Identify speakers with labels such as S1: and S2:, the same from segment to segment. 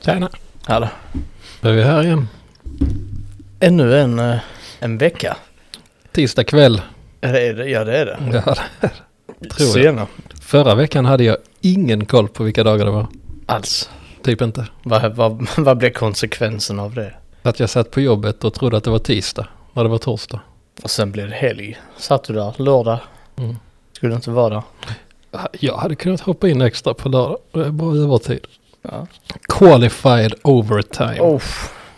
S1: Tjena.
S2: Hallå.
S1: Då är vi här igen.
S2: Ännu en, eh, en vecka.
S1: Tisdag kväll.
S2: Ja, det är det. Ja, det, är det.
S1: Ja, tror jag.
S2: Senare.
S1: förra veckan hade jag ingen koll på vilka dagar det var.
S2: Alls.
S1: Typ inte.
S2: Vad, vad, vad blev konsekvensen av det?
S1: Att jag satt på jobbet och trodde att det var tisdag. När det var torsdag.
S2: Och sen blev det helg. Satt du där lördag?
S1: Mm.
S2: Skulle inte vara där.
S1: Jag hade kunnat hoppa in extra på lördag. Det är Bra övertid.
S2: Ja.
S1: Qualified overtime.
S2: Oh,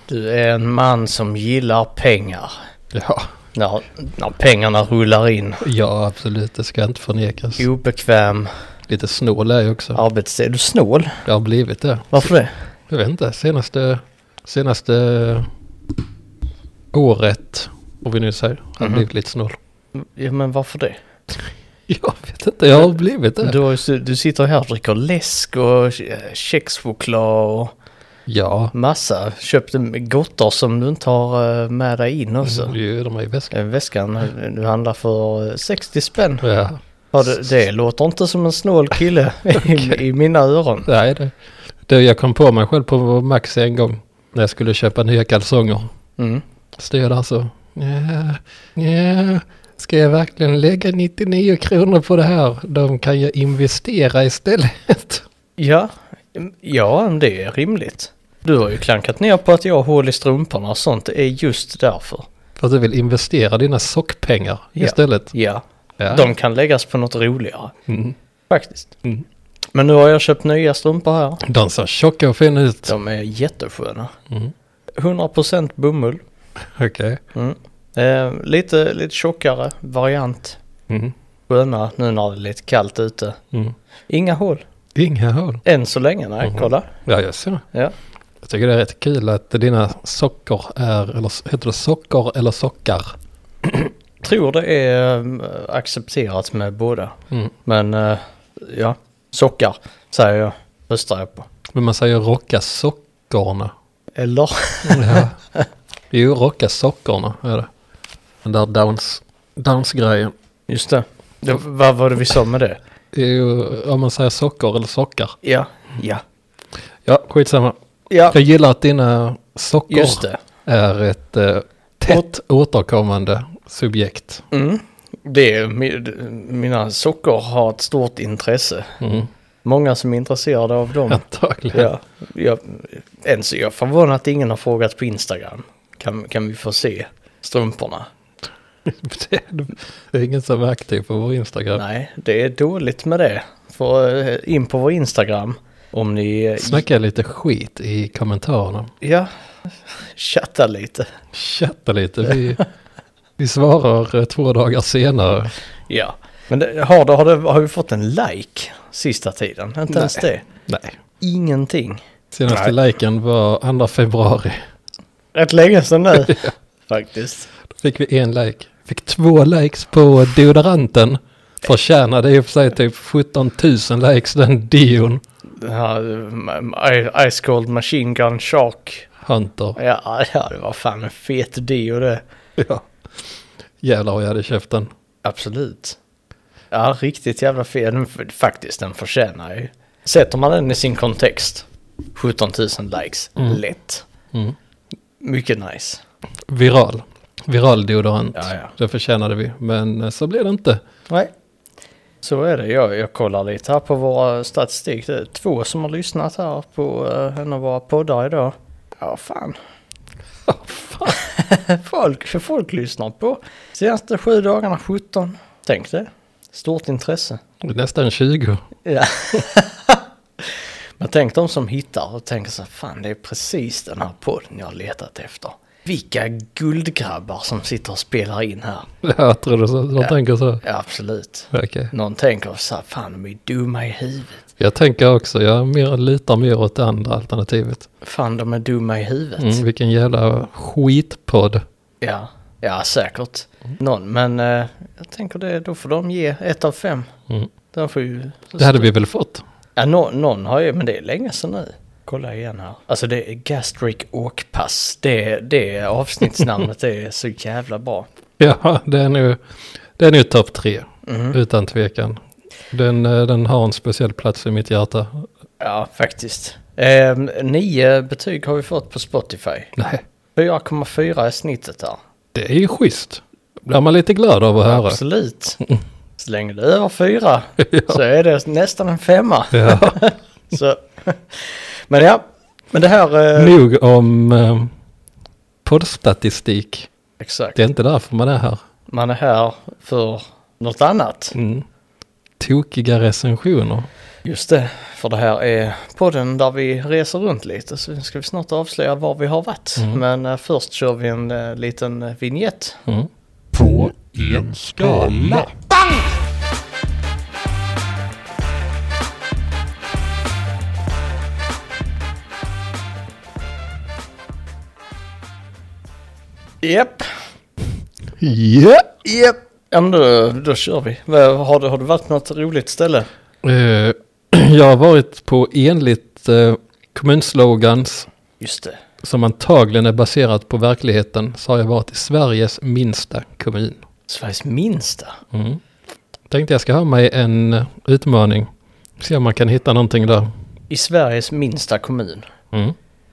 S2: du är en man som gillar pengar.
S1: Ja.
S2: När, när pengarna rullar in.
S1: ja, absolut. Det ska inte förnekas.
S2: Obekväm
S1: Lite snål är jag också.
S2: arbetstid. Är du snål?
S1: Jag har blivit det.
S2: Varför det?
S1: Jag vet inte. Senaste, senaste året, om vi nu säger, har jag
S2: Mhm.
S1: blivit lite snål.
S2: Ja, men varför det?
S1: Jag vet inte, jag har blivit det.
S2: Du, har ju s- du sitter här och dricker läsk och eh, kexchoklad och...
S1: Ja,
S2: massa. Köpte gottor som du inte har eh, med dig in också.
S1: det är ju de är i väskan.
S2: Eh, Väskan eh, du handlar för eh, 60 spänn.
S1: Ja,
S2: Ja, det, det låter inte som en snål kille i, i mina öron.
S1: nej det. Du, jag kom på mig själv på Max en gång när jag skulle köpa nya kalsonger.
S2: Mm.
S1: Stod jag där så, ja, ja, ska jag verkligen lägga 99 kronor på det här? De kan jag investera istället.
S2: Ja, mm, ja, men det är rimligt. Du har ju klankat ner på att jag har hål i strumporna och sånt. Det är just därför.
S1: För att du vill investera dina sockpengar
S2: Ja.
S1: istället.
S2: Ja,
S1: Ja.
S2: de kan läggas på något roligare.
S1: Mm.
S2: Faktiskt.
S1: Mm.
S2: Men nu har jag köpt nya strumpor här.
S1: de ser tjocka och fina ut.
S2: De är jättesköna.
S1: Mm.
S2: 100% bomull.
S1: Okej.
S2: Mm. Eh, lite, lite tjockare variant.
S1: Mm.
S2: Sköna nu när det är lite kallt ute.
S1: Mm.
S2: Inga hål.
S1: Inga hål.
S2: Än så länge, nej.
S1: Mhm.
S2: Kolla.
S1: Ja, jag ser.
S2: Ja.
S1: Jag tycker det är rätt kul att dina sockor är, eller heter det sockor eller sockar?
S2: Tror det är eh, accepterat med båda.
S1: Mm.
S2: Men eh, ja, sockar säger jag. Röstar jag på.
S1: Men man säger rocka sockorna.
S2: Eller?
S1: Ja. jo, rocka sockorna är det. Den där downs, downs-grejen.
S2: Just det. det vad var det vi sa med det?
S1: Jo, om man säger sockor eller sockar.
S2: Ja. Ja.
S1: Ja, skitsamma.
S2: Ja,
S1: Jag gillar att dina sockor
S2: just det.
S1: är ett eh, tätt återkommande subjekt.
S2: Mm. Det är, mi- mina sockor har ett stort intresse.
S1: Mm.
S2: Många som är intresserade av dem.
S1: Antagligen.
S2: Ja, jag, än så är Typ. jag förvånad att ingen har frågat på Instagram. Kan, kan vi få se strumporna?
S1: Det är- Det är ingen som är aktiv på vår Instagram.
S2: Nej, det är dåligt med det. För eh, in på vår Instagram om ni... eh,
S1: Snacka lite skit i kommentarerna.
S2: Ja, chatta lite.
S1: chatta lite. Vi, vi svarar eh, två dagar senare.
S2: Ja, men det, har, det, har, det, har vi fått en like sista tiden? Inte
S1: Nej.
S2: ens det.
S1: Nej.
S2: Ingenting.
S1: Senaste liken var 2 februari.
S2: Rätt länge sedan nu. Faktiskt.
S1: Då fick vi en like. Fick två likes på deodoranten. Förtjänade i och för sig typ 17 000 likes den dion.
S2: Den här eh, Ice Cold Machine Gun Shark.
S1: Hunter.
S2: Ja, ja, det var fan en fet dio det.
S1: Ja. Jävlar vad jag hade köpt den.
S2: Absolut. Ja, riktigt jävla fel. Den, faktiskt, den förtjänar ju. Sätter man den i sin kontext. 17 000 likes,
S1: Mm.
S2: lätt.
S1: Mm.
S2: Mycket nice.
S1: Viral. Viral deodorant.
S2: Ja, ja.
S1: Det förtjänade vi. Men eh, så blev det inte.
S2: Nej. Så är det. Jag, jag kollar lite här på våra statistik. Det är två som har lyssnat här på eh, en av våra poddar idag. Ja, fan.
S1: Ja, fan.
S2: Folk, folk lyssnar på. Senaste sju dagarna 17. Tänk det. Stort intresse.
S1: Det är Nästan 20.
S2: Ja. Men tänk de som hittar och tänker så här, fan det är precis den här podden jag har letat efter. Vilka guldgrabbar som sitter och spelar in här.
S1: Jag tror du så. De tänker så.
S2: Ja, absolut.
S1: Okej.
S2: Någon tänker så här, fan de är dumma i huvudet.
S1: Jag tänker också, jag mer, litar mer åt det andra alternativet.
S2: Fan de är dumma i huvudet.
S1: Mm, vilken jävla skitpodd.
S2: Ja, ja säkert. Någon, men eh, jag tänker det, då får de ge ett av fem.
S1: Mm.
S2: De får ju...
S1: Det hade vi väl fått?
S2: Ja, nå- någon har ju, men det är länge sedan nu. Kolla igen här. Alltså det är Gastric Åkpass. Det, det avsnittsnamnet är så jävla bra.
S1: Ja, det är nu, det är nu topp tre,
S2: Mhm.
S1: utan tvekan. Den, eh, den har en speciell plats i mitt hjärta.
S2: Ja, faktiskt. Eh, nio betyg har vi fått på Spotify.
S1: Nej,
S2: 4,4 är snittet där.
S1: det är ju schysst. Blir man lite glad av att höra.
S2: Absolut. Så länge det är över fyra så är det nästan en femma.
S1: Ja.
S2: Så. Men ja, men det här... Eh,
S1: Nog om eh, poddstatistik.
S2: exakt.
S1: Det är inte därför man är här.
S2: Man är här för något annat.
S1: Mm. Tokiga recensioner.
S2: Just det, för det här är podden där vi reser runt lite så ska vi snart avslöja var vi har varit. Men eh, först kör vi en eh, liten eh, vignett.
S1: Mm.
S3: på en skala.
S2: Japp,
S1: Ja!
S2: japp. Ja men då, då kör vi. Vad- Har du, har du varit på något roligt ställe?
S1: Eh, jag har varit på enligt eh, kommunslogans
S2: Just det.
S1: som antagligen är baserat på verkligheten så har jag varit i Sveriges minsta kommun.
S2: Sveriges minsta.
S1: Mm. Tänkte jag ska ha mig en eh, utmaning. Se om man kan hitta någonting där.
S2: I Sveriges minsta kommun.
S1: Mm.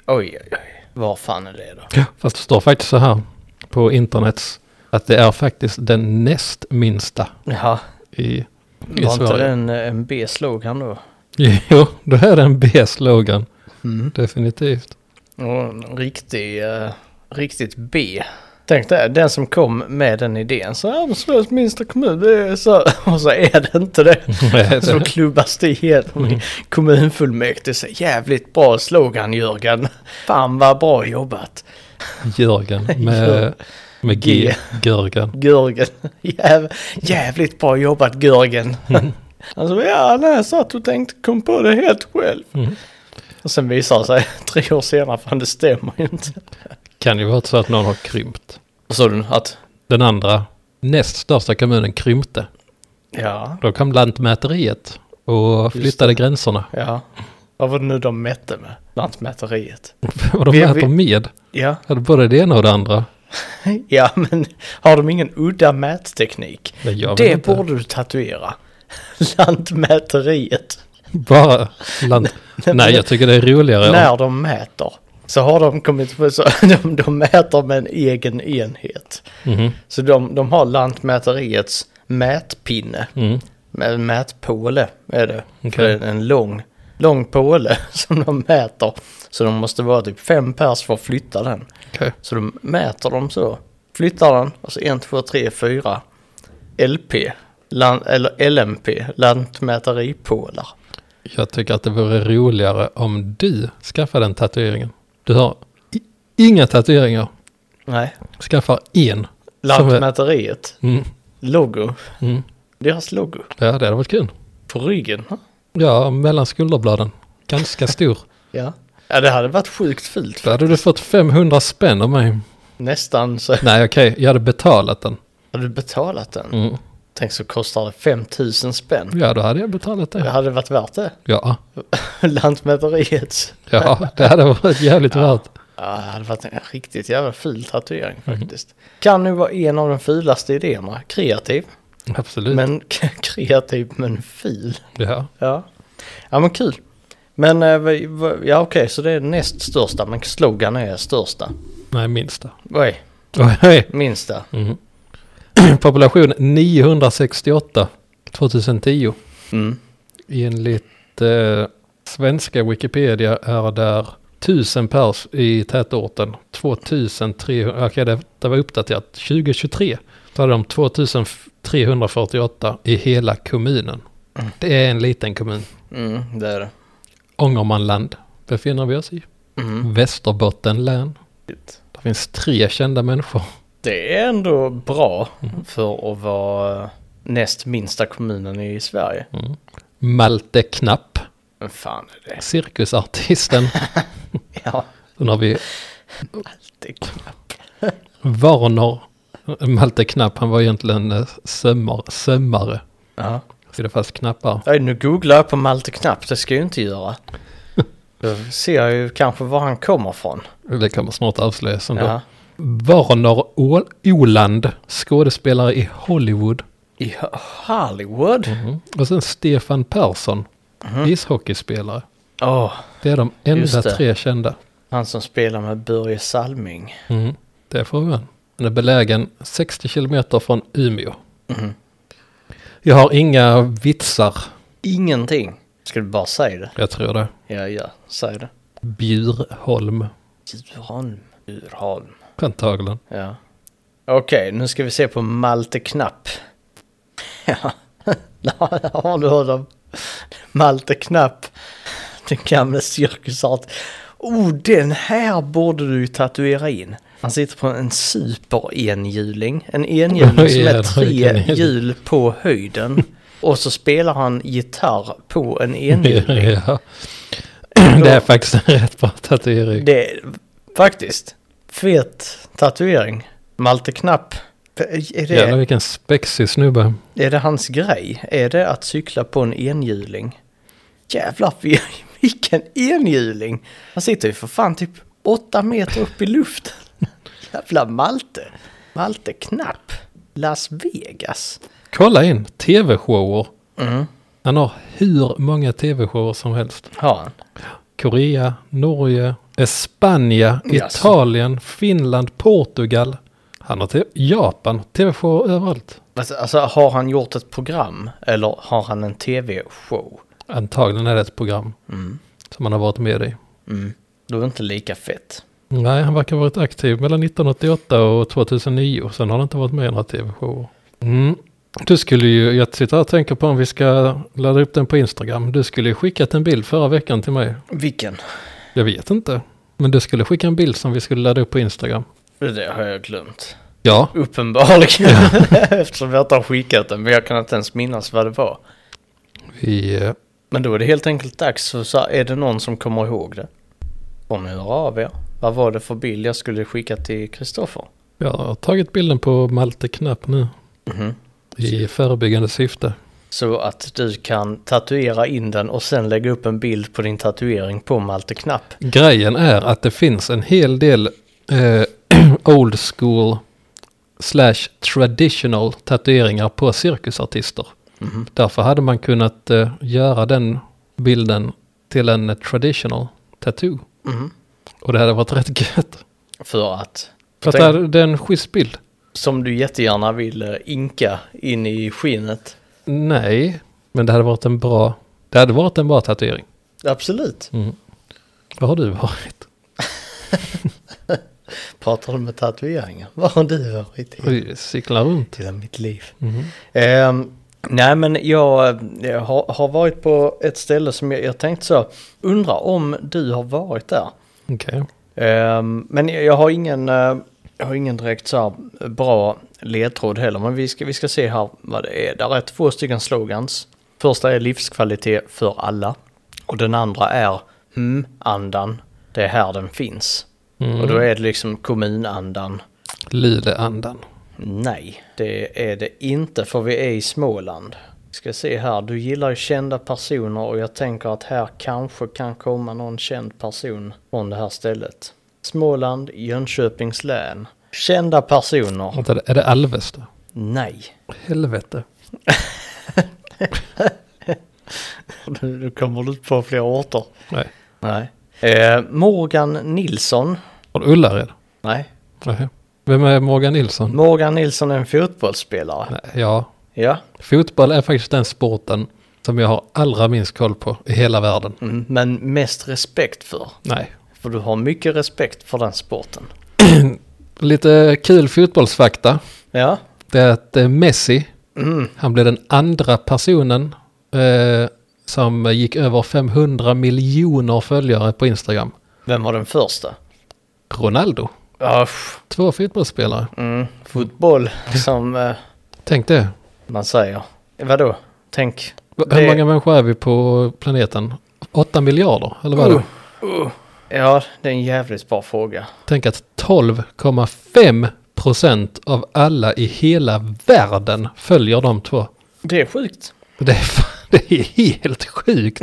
S2: Oj, oj, oj. Var fan är det då?
S1: Fast det står faktiskt så här på internets att det är faktiskt den näst minsta
S2: Jaha,
S1: i, i
S2: var inte det
S1: Sverige.
S2: en, en B-slogan då?
S1: Jo, då är det en B-slogan. Mm. Definitivt.
S2: Och en riktig, eh, riktigt B. Tänk dig, den som kom med den idén så här, Sveriges minsta kommun, det är så här." och så är det inte det.
S1: Nej,
S2: Så
S1: det- Mm.
S2: klubbas det igenom i kommunfullmäktige. Så, jävligt bra slogan Jörgen. Fan vad bra jobbat.
S1: Jörgen med, med G.
S2: G.
S1: Görgen.
S2: Görgen. Jäv, jävligt bra jobbat Görgen. Alltså ja, när jag satt och tänkte kom på det helt själv.
S1: Mm.
S2: Och sen visar det sig tre år senare, fan det stämmer ju inte.
S1: Kan ju vara så att någon har krympt.
S2: Vad sa du? Att?
S1: Den andra, näst största kommunen krympte.
S2: Ja,
S1: Då kom Lantmäteriet och flyttade gränserna.
S2: ja. Vad var det nu de mätte med? Lantmäteriet.
S1: Och de
S2: Vi-
S1: mäter
S2: vi-
S1: med.
S2: Ja,
S1: Hade både det ena och det andra.
S2: ja men har de ingen udda mätteknik?
S1: Men jag vet
S2: det
S1: inte.
S2: borde du tatuera. Lantmäteriet.
S1: Bara land... Nej, jag tycker det är roligare. om-
S2: När de mäter så har de kommit på så de, de mäter med en egen enhet.
S1: Mhm,
S2: Så de, de har Lantmäteriets mätpinne.
S1: mm.
S2: Med en mätpåle är det.
S1: Okej.
S2: För en, en lång, lång påle som de mäter. Så de måste vara typ fem pers för att flytta den.
S1: Okej.
S2: Så de mäter dem så. Flyttar den och så 1, 2, 3, 4 LP. Lan, eller LMP, lantmäteripålar.
S1: Jag tycker att det vore roligare om du skaffade en tatueringen. Du har i- inga tatueringar.
S2: Nej,
S1: Skaffar en.
S2: Lantmäteriet.
S1: Mm.
S2: Logo.
S1: Mm.
S2: Deras logo.
S1: Ja, det hade varit kul.
S2: På ryggen.
S1: Ja, mellan skulderbladen. Ganska stor.
S2: Ja. Ja, det hade varit sjukt fult.
S1: Då hade du fått 500 spänn av mig.
S2: Nästan så
S1: Nej, okej, jag hade betalat den.
S2: hade du betalat den.
S1: Mm.
S2: Tänk så kostar det 5000 spänn.
S1: Ja, då hade jag betalat
S2: Det
S1: det.
S2: hade varit värt det.
S1: Ja,
S2: Lantmäteriets.
S1: ja det hade varit jävligt värt.
S2: Ja, det hade varit en riktigt jävla ful tatuering faktiskt. Kan nu vara en av de fulaste idéerna. Kreativ,
S1: Absolut.
S2: men kreativ men ful.
S1: Ja.
S2: Ja, ja men kul. Men eh, vad- vad- ja, okej, så det är näst största, men slogan är största.
S1: Nej, minsta.
S2: Oj,
S1: Oj,
S2: minsta.
S1: Population 968 2010.
S2: Mm.
S1: Enligt eh, svenska Wikipedia är där 1000 pers i tätorten. 2300, okej det, det var uppdaterat. 2023 så hade de 2348 i hela kommunen. Det är en liten kommun.
S2: Mm, det är det.
S1: Ångermanland befinner vi oss i.
S2: Mm.
S1: Västerbotten län. Det finns tre kända människor.
S2: Det är ändå bra för att vara näst minsta kommunen i Sverige.
S1: Malte Knapp,
S2: Men fan är det?
S1: cirkusartisten.
S2: Ja,
S1: Sen har vi
S2: det är knappt.
S1: Warner. Malte Knapp, han var egentligen eh, sömmar, sömmare.
S2: Ja.
S1: Så det fanns knappar.
S2: Oj, nu googlar jag på Malte Knapp, det ska jag ju inte göra. Då ser jag ju kanske var han kommer från.
S1: Det kommer snart avslöjas ändå.
S2: Ja.
S1: Warner Ål- Oland, skådespelare i Hollywood.
S2: I Hollywood?
S1: Och sen Stefan Persson, ishockeyspelare.
S2: Åh,
S1: Det är de enda
S2: Mhm. Just det.
S1: tre kända.
S2: han som spelar med Börje Salming.
S1: Mm. Det är frågan. Den är belägen 60 kilometer från Umeå.
S2: Mhm.
S1: Jag har inga vitsar,
S2: Ingenting. Ska du bara säga det?
S1: jag tror det.
S2: Ja, ja, säg det.
S1: Bjurholm,
S2: Djurholm. Djurholm.
S1: antagligen.
S2: Ja. Okej, nu ska vi se på Malte Knapp. Ja, där har du honom. Malte Knapp. Den gamle cirkusart. Oh, den här borde du ju tatuera in. Han sitter på en super-enhjuling. En enhjuling som
S1: Ja,
S2: är
S1: vilken
S2: tre
S1: enhjuling.
S2: hjul på höjden. Och så spelar han gitarr på en enhjuling.
S1: ja. Det är faktiskt en rätt bra tatuering.
S2: Det är faktiskt fet tatuering. Malte Knapp. Är det,
S1: Jävlar vilken spexig snubbe.
S2: är det hans grej? Är det att cykla på en enhjuling? Jävlar vi- vilken enhjuling! Han sitter ju för fan typ åtta meter upp i luften. Jävla Malte. Malte Knapp. Las Vegas.
S1: Kolla in tv-shower.
S2: Mm.
S1: Han har hur många tv-shower som helst.
S2: Har han.
S1: Korea, Norge, Spanien,
S2: Jaså.
S1: Italien, Finland, Portugal. Han har te- Japan, tv-shower överallt.
S2: Alltså, alltså har han gjort ett program eller har han en tv-show?
S1: Antagligen är det ett program
S2: Mm.
S1: som han har varit med i.
S2: Mm. Då är det inte lika fett.
S1: Nej, han verkar ha varit aktiv mellan 1988 och 2009. Sen har han inte varit med i några tv-shower. Mm. Du skulle ju, jag sitter här och tänker på om vi ska ladda upp den på Instagram. Du skulle ju skickat en bild förra veckan till mig.
S2: Vilken?
S1: Jag vet inte. Men du skulle skicka en bild som vi skulle ladda upp på Instagram.
S2: Det har jag glömt.
S1: Ja.
S2: Uppenbarligen. Eftersom jag inte har skickat den. Men jag kan inte ens minnas vad det var.
S1: Vi, eh,
S2: Men då är det helt enkelt dags. Så, så är det någon som kommer ihåg det. Får ni höra av er. Vad var det för bild jag skulle skicka till Kristoffer?
S1: jag har tagit bilden på Malte Knapp nu. I förebyggande syfte.
S2: Så att du kan tatuera in den och sen lägga upp en bild på din tatuering på Malte Knapp.
S1: Grejen är att det finns en hel del eh, old school slash traditional tatueringar på cirkusartister.
S2: Mhm.
S1: Därför hade man kunnat eh, göra den bilden till en eh, traditional tattoo.
S2: Mhm.
S1: Och det hade varit rätt gött.
S2: För att,
S1: För att det
S2: Tänk-
S1: är- det är en schysst bild.
S2: som du jättegärna vill eh, inka in i skinnet.
S1: Nej, men det hade varit en bra, det hade varit en bra tatuering.
S2: Absolut.
S1: Mm. Vad har du varit?
S2: Pratar du med tatueringar? Vad har du varit i?
S1: Oj, cyklar runt.
S2: till mitt liv.
S1: Mm.
S2: Ehm, nej men jag, eh, har, har varit på ett ställe som jag, jag tänkte så, undrar om du har varit där.
S1: Okej.
S2: Ehm, men jag, jag har ingen, eh, jag har ingen direkt så här bra ledtråd heller, men vi ska, vi ska se här vad det är. Där är två stycken slogans. Första är livskvalitet för alla och den andra är mm, andan det är här den finns.
S1: Mm.
S2: Och då är det liksom kommunandan.
S1: Luleandan.
S2: Nej, det är det inte för vi är i Småland. Ska se här, du gillar ju kända personer och jag tänker att här kanske kan komma någon känd person från det här stället. Småland, Jönköpings län. Kända personer?
S1: Vänta, Är det Alvesta?
S2: Nej.
S1: Helvete.
S2: Nu nu kommer du inte på fler orter.
S1: Nej.
S2: Nej. Eh, Morgan Nilsson?
S1: Har du Ullared?
S2: Nej.
S1: Nej. Vem är Morgan Nilsson?
S2: Morgan Nilsson är en fotbollsspelare.
S1: Nej, ja,
S2: Ja.
S1: fotboll är faktiskt den sporten som jag har allra minst koll på i hela världen.
S2: Mm, men mest respekt för.
S1: Nej.
S2: För du har mycket respekt för den sporten.
S1: Lite kul fotbollsfakta.
S2: Ja.
S1: Det är att eh, Messi,
S2: Mm.
S1: han blev den andra personen eh, som gick över 500 miljoner följare på Instagram.
S2: Vem var den första?
S1: Ronaldo.
S2: Usch.
S1: Två fotbollsspelare.
S2: Mm. Fotboll, som eh,
S1: Tänk det.
S2: man säger. Vadå? Tänk.
S1: V-
S2: Det-
S1: Hur många människor är vi på planeten? 8 miljarder, eller vad är
S2: Oh.
S1: det?
S2: Ja, det är en jävligt bra fråga.
S1: Tänk att 12,5 procent av alla i hela världen följer de två.
S2: Det är sjukt.
S1: Det är, fan- det är helt sjukt.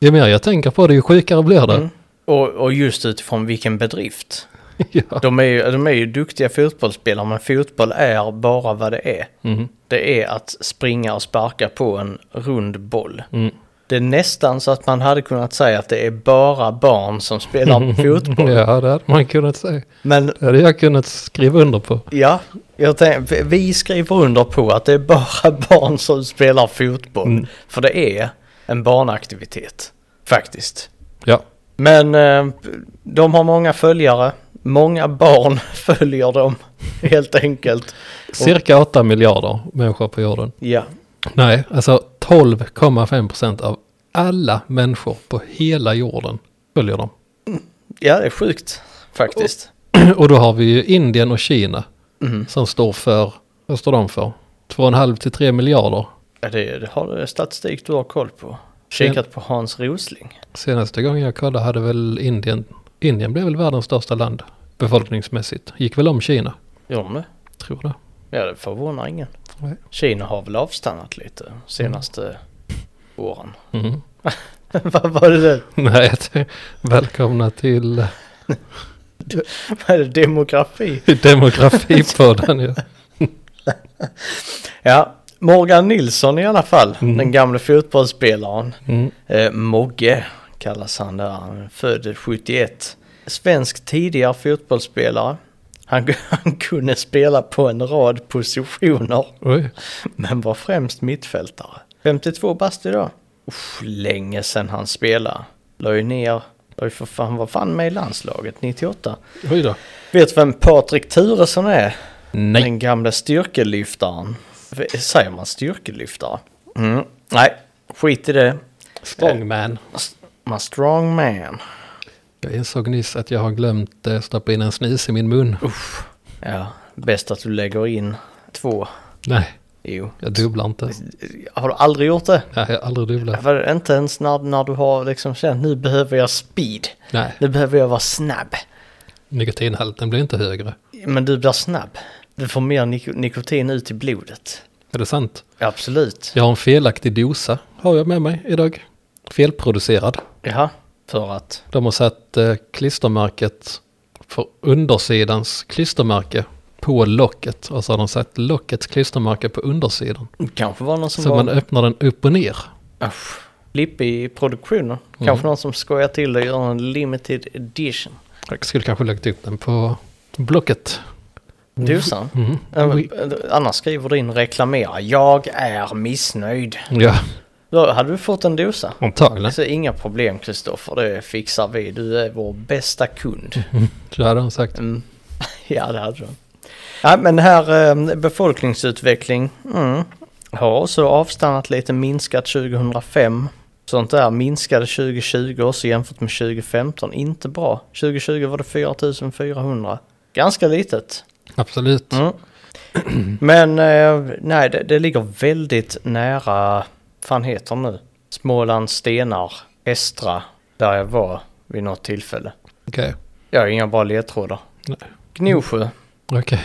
S1: Ju mer jag tänker på det, ju sjukare blir det.
S2: Mm. Och, och just utifrån vilken bedrift.
S1: ja.
S2: De är, ju, de är ju duktiga fotbollsspelare, men fotboll är bara vad det är.
S1: Mm.
S2: Det är att springa och sparka på en rund boll.
S1: Mm.
S2: Det är nästan så att man hade kunnat säga att det är bara barn som spelar fotboll.
S1: Ja, det hade man kunnat säga.
S2: Men
S1: Det hade jag kunnat skriva under på.
S2: ja, jag tänk, vi- vi skriver under på att det är bara barn som spelar fotboll.
S1: Mm.
S2: För det är en barnaktivitet, faktiskt.
S1: Ja,
S2: Men eh, de har många följare. Många barn följer dem, helt enkelt.
S1: cirka 8 miljarder människor på jorden.
S2: Ja,
S1: Nej, alltså 12,5 procent av alla människor på hela jorden följer dem.
S2: ja det är sjukt, faktiskt.
S1: Och då har vi ju Indien och Kina
S2: Mm.
S1: som står för, vad står de för? 2,5 till 3 miljarder.
S2: Ja, det, det har du statistik du har koll på. Kikat på Hans Rosling.
S1: Senaste gången jag kollade hade väl Indien, Indien blev väl världens största land befolkningsmässigt. Gick väl om Kina,
S2: Gör de det?
S1: tror det.
S2: Ja, det förvånar ingen.
S1: Nej.
S2: Kina har väl avstannat lite senaste åren.
S1: Mm.
S2: Vad var det där?
S1: Nej, det- välkomna till
S2: Vad är det? Demografi?
S1: demografipodden. ja.
S2: Ja, Morgan Nilsson i alla fall. Den gamle fotbollsspelaren.
S1: Mm.
S2: Eh, Mogge kallas han där. Han är född 71. Svensk tidigare fotbollsspelare. Han, han kunde spela på en rad positioner.
S1: Oj.
S2: men var främst mittfältare. 52 bast idag. Usch, länge sedan han spelade. La ju ner, la ju för fan, var fan med i landslaget 98.
S1: Oj då.
S2: Vet du vem Patrik Turesson är?
S1: Nej.
S2: Den gamla styrkelyftaren. V- Säger man styrkelyftare? Mm. Nej, skit i det.
S1: Strongman.
S2: S- Man strong man.
S1: Jag insåg nyss att jag har glömt eh, stoppa in en snis i min mun.
S2: Ja, bäst att du lägger in två.
S1: Nej,
S2: Jo.
S1: jag dubblar inte.
S2: Har du aldrig gjort det?
S1: Nej, jag har aldrig dubblat.
S2: Var det Inte ens när, när du har liksom känt nu behöver jag speed.
S1: Nej,
S2: Nu behöver jag vara snabb.
S1: nikotinhalten blir inte högre.
S2: Men du blir snabb. Du får mer nik- nikotin ut i blodet.
S1: Är det sant?
S2: Absolut.
S1: Jag har en felaktig dosa, har jag med mig idag. Felproducerad.
S2: Jaha. För att?
S1: De har satt eh, klistermärket för undersidans klistermärke på locket. Och så har de satt lockets klistermärke på undersidan.
S2: Det kanske var någon som
S1: Så
S2: var...
S1: man öppnar den upp och ner.
S2: Usch. Flipp i produktionen. Kanske någon som skojar till det och gör en limited edition.
S1: Jag skulle kanske lagt upp den på Blocket.
S2: Dosan.
S1: Mhm.
S2: Mm. Annars skriver du in reklamera. Jag är missnöjd.
S1: Ja,
S2: Då hade du fått en dosa.
S1: antagligen.
S2: Så inga problem Kristoffer, det fixar vi. Du är vår bästa kund.
S1: Så hade de sagt.
S2: Mm. Ja, det hade de. Ja, men här eh, befolkningsutveckling mm, har också avstannat lite, minskat 2005. Sånt där minskade 2020 också jämfört med 2015. Inte bra. 2020 var det 4400. Ganska litet.
S1: Absolut.
S2: Mm. Men eh, nej, det, det ligger väldigt nära, fan heter det nu, Småland Stenar, Estra, där jag var vid något tillfälle.
S1: Okej.
S2: Jag har inga bra ledtrådar.
S1: Nej.
S2: Gnosjö.
S1: Okej.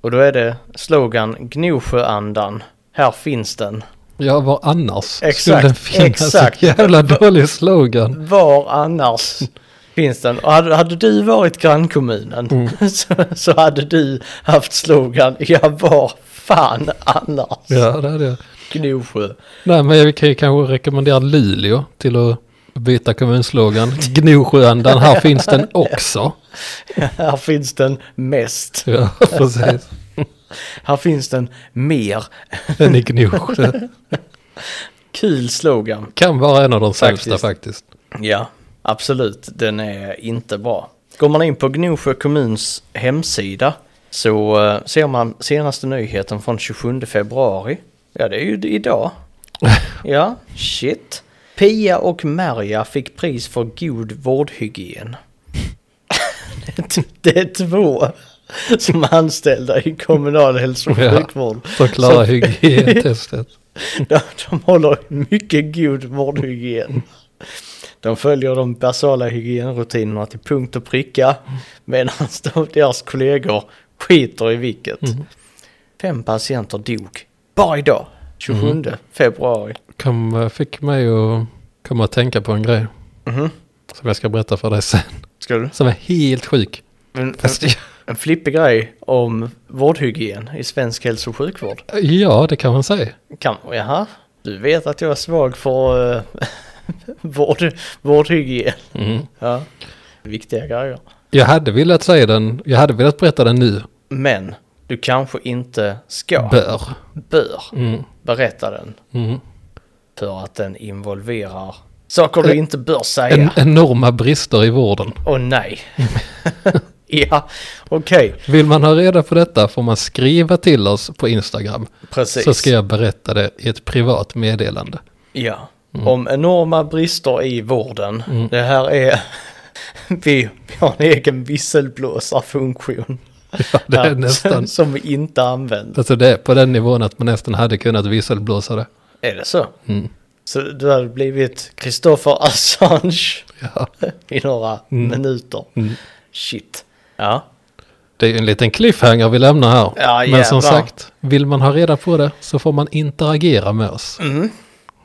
S2: Och då är det slogan Gnosjöandan. Här finns den.
S1: Ja, var annars
S2: Exakt,
S1: skulle den finnas?
S2: exakt.
S1: Jävla dålig slogan.
S2: Var annars finns den? Och hade, hade du varit grannkommunen så, så hade du haft slogan Ja var fan annars.
S1: Ja, det är det.
S2: Gnosjö.
S1: Nej, men vi kan ju kanske rekommendera Luleå till att byta kommunslogan. Gnosjöandan, här finns den också.
S2: Här finns den mest.
S1: Ja, precis.
S2: Här finns den mer.
S1: Den i Gnosjö.
S2: Kul slogan.
S1: Kan vara en av de sämsta
S2: Faktiskt.
S1: faktiskt.
S2: Ja, absolut. Den är inte bra. Går man in på Gnosjö kommuns hemsida så eh, ser man senaste nyheten från 27 februari. Ja, det är ju idag. Ja, shit. Pia och Merja fick pris för god vårdhygien. Det är t- Det är två som är anställda i kommunal hälso och
S1: Ja.
S2: sjukvård.
S1: För att klara hygientestet.
S2: De, de håller mycket god vårdhygien. De följer de basala hygienrutinerna till punkt och pricka medan de, deras kollegor skiter i vilket.
S1: Mm.
S2: Fem patienter dog bara idag, 27 februari.
S1: Kom, eh, fick mig att komma att tänka på en grej.
S2: Mhm.
S1: Som jag ska berätta för dig sen.
S2: Ska du?
S1: Som är helt sjuk.
S2: En, en,
S1: Fast,
S2: en flippig grej om vårdhygien i svensk hälso och sjukvård.
S1: ja, det kan man säga.
S2: Kan, jaha, Du vet att jag är svag för uh, vård, vårdhygien.
S1: Mm.
S2: Ja. Viktiga grejer.
S1: Jag hade velat säga den, jag hade velat berätta den nu.
S2: Men du kanske inte ska,
S1: Bör.
S2: bör
S1: Mm.
S2: berätta den.
S1: Mm.
S2: För att den involverar saker
S1: Eh,
S2: du inte bör säga.
S1: En, enorma brister i vården.
S2: Åh nej. ja, okej.
S1: Vill man ha reda på detta får man skriva till oss på Instagram.
S2: Precis.
S1: Så ska jag berätta det i ett privat meddelande.
S2: Ja.
S1: Mm.
S2: Om enorma brister i vården. Det här är... Vi, vi har en egen visselblåsarfunktion.
S1: Ja, det är
S2: här,
S1: nästan,
S2: Som vi inte använder.
S1: alltså det är på den nivån att man nästan hade kunnat visselblåsa det.
S2: Är det så?
S1: Mm.
S2: Så du hade blivit Christopher Assange
S1: Ja.
S2: i några
S1: Mm.
S2: minuter. Shit. Ja.
S1: Det är ju en liten cliffhanger vi lämnar här.
S2: Ja,
S1: Men
S2: jävlar.
S1: som sagt, vill man ha reda på det så får man interagera med oss.
S2: Mm.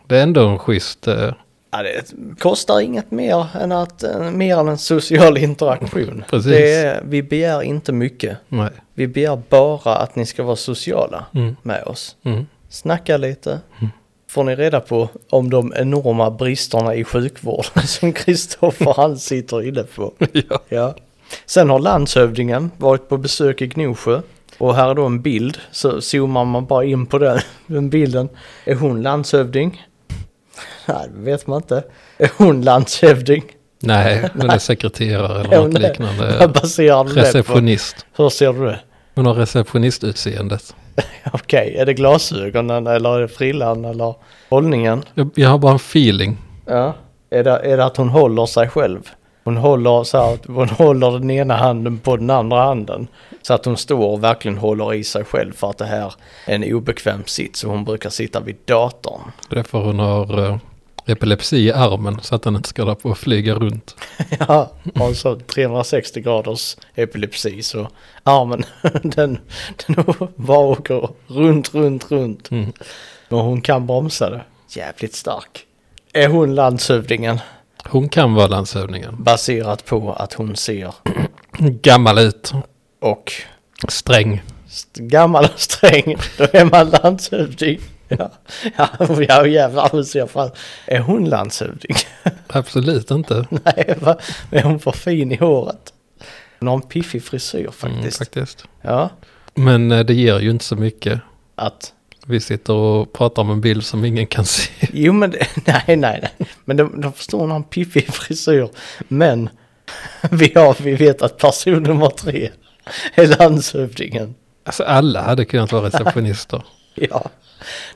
S1: Det är ändå en schysst... Eh,
S2: Ja, det kostar inget mer än, att, eh, mer än en social interaktion.
S1: Precis.
S2: Det är, vi begär inte mycket.
S1: nej.
S2: Vi begär bara att ni ska vara sociala
S1: Mm.
S2: med oss.
S1: Mm.
S2: Snacka lite. Får ni reda på om de enorma bristerna i sjukvården som Kristoffer han sitter inne på.
S1: Ja.
S2: Ja. Sen har landshövdingen varit på besök i Gnosjö. Och här är då en bild, så zoomar man bara in på den, den bilden. Är hon landshövding? Nej, det vet man inte. Är hon landshövding?
S1: Nej, hon är sekreterare
S2: Är
S1: eller
S2: hon
S1: något
S2: det? Vad
S1: liknande.
S2: baserar du det på?
S1: Receptionist.
S2: Hur ser du det?
S1: Hon har receptionistutseendet.
S2: Okej, är det glasögonen eller är det frillan eller hållningen?
S1: Jag, jag har bara en feeling.
S2: Ja. Är det, är det att hon håller sig själv? Hon håller, så här, att hon håller den ena handen på den andra handen. Så att hon står och verkligen håller i sig själv för att det här är en obekväm sits. Så hon brukar sitta vid datorn.
S1: Det är för hon har eh, epilepsi i armen så att den inte ska hålla på och flyga runt.
S2: Ja, och så 360 graders epilepsi så armen den, den bara åker runt, runt, runt.
S1: Mm.
S2: Men hon kan bromsa det. Jävligt stark. Är hon landshövdingen?
S1: Hon kan vara landshövdingen.
S2: Baserat på att hon ser
S1: Gammal ut.
S2: och
S1: Sträng.
S2: st- gammal och sträng, då är man landshövding. Ja, ja, ja jävlar hur ser fram. Är hon landshövding?
S1: Absolut inte.
S2: Nej, va? är hon för fin i håret? Hon har en piffig frisyr
S1: Mm,
S2: faktiskt.
S1: faktiskt.
S2: Ja,
S1: Men eh, det ger ju inte så mycket.
S2: att
S1: Vi sitter och pratar om en bild som ingen kan se.
S2: Jo men, det, nej nej nej. Men de, de förstår när han piffig frisyr. Men vi, har, vi vet att person nummer tre är landshövdingen.
S1: Alltså alla hade kunnat vara receptionister.
S2: Ja,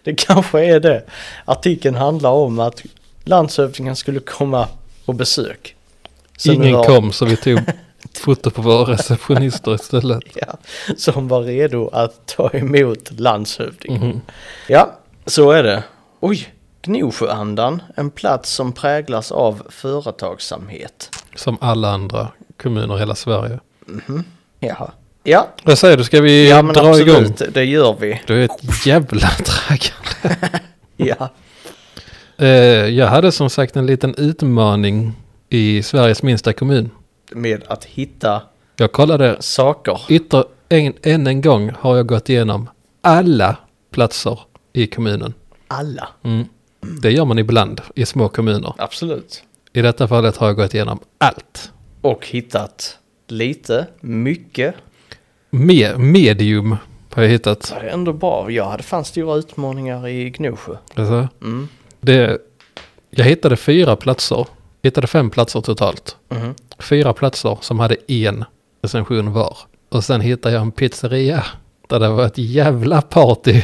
S2: det kanske är det. Artikeln handlar om att landshövdingen skulle komma på besök. Så nu
S1: Ingen
S2: har-
S1: kom så vi tog foto på våra receptionister istället.
S2: Ja, som var redo att ta emot landshövdingen.
S1: Mhm.
S2: Ja, så är det. Oj, Gnosjöandan, en plats som präglas av företagsamhet.
S1: Som alla andra kommuner i hela Sverige.
S2: Jaha. Ja,
S1: Vad säger du, ska vi
S2: Ja men
S1: dra
S2: absolut,
S1: igång?
S2: det gör vi.
S1: Du är ett jävla traggande.
S2: Ja.
S1: Eh, jag hade som sagt en liten utmaning i Sveriges minsta kommun.
S2: Med att hitta
S1: Jag kollade
S2: saker.
S1: ytter, en, än en gång har jag gått igenom alla platser i kommunen.
S2: Alla.
S1: Det gör man ibland i små kommuner.
S2: Absolut.
S1: I detta fallet har jag gått igenom allt.
S2: Och hittat lite, mycket.
S1: Me, medium har jag hittat.
S2: Det är ändå bra. Jag hade fan stora utmaningar i Gnosjö.
S1: Alltså,
S2: Mm.
S1: det, jag hittade fyra platser. Hittade fem platser totalt.
S2: Mhm.
S1: Fyra platser som hade en recension var. Och sen hittade jag en pizzeria. Där det var ett jävla party.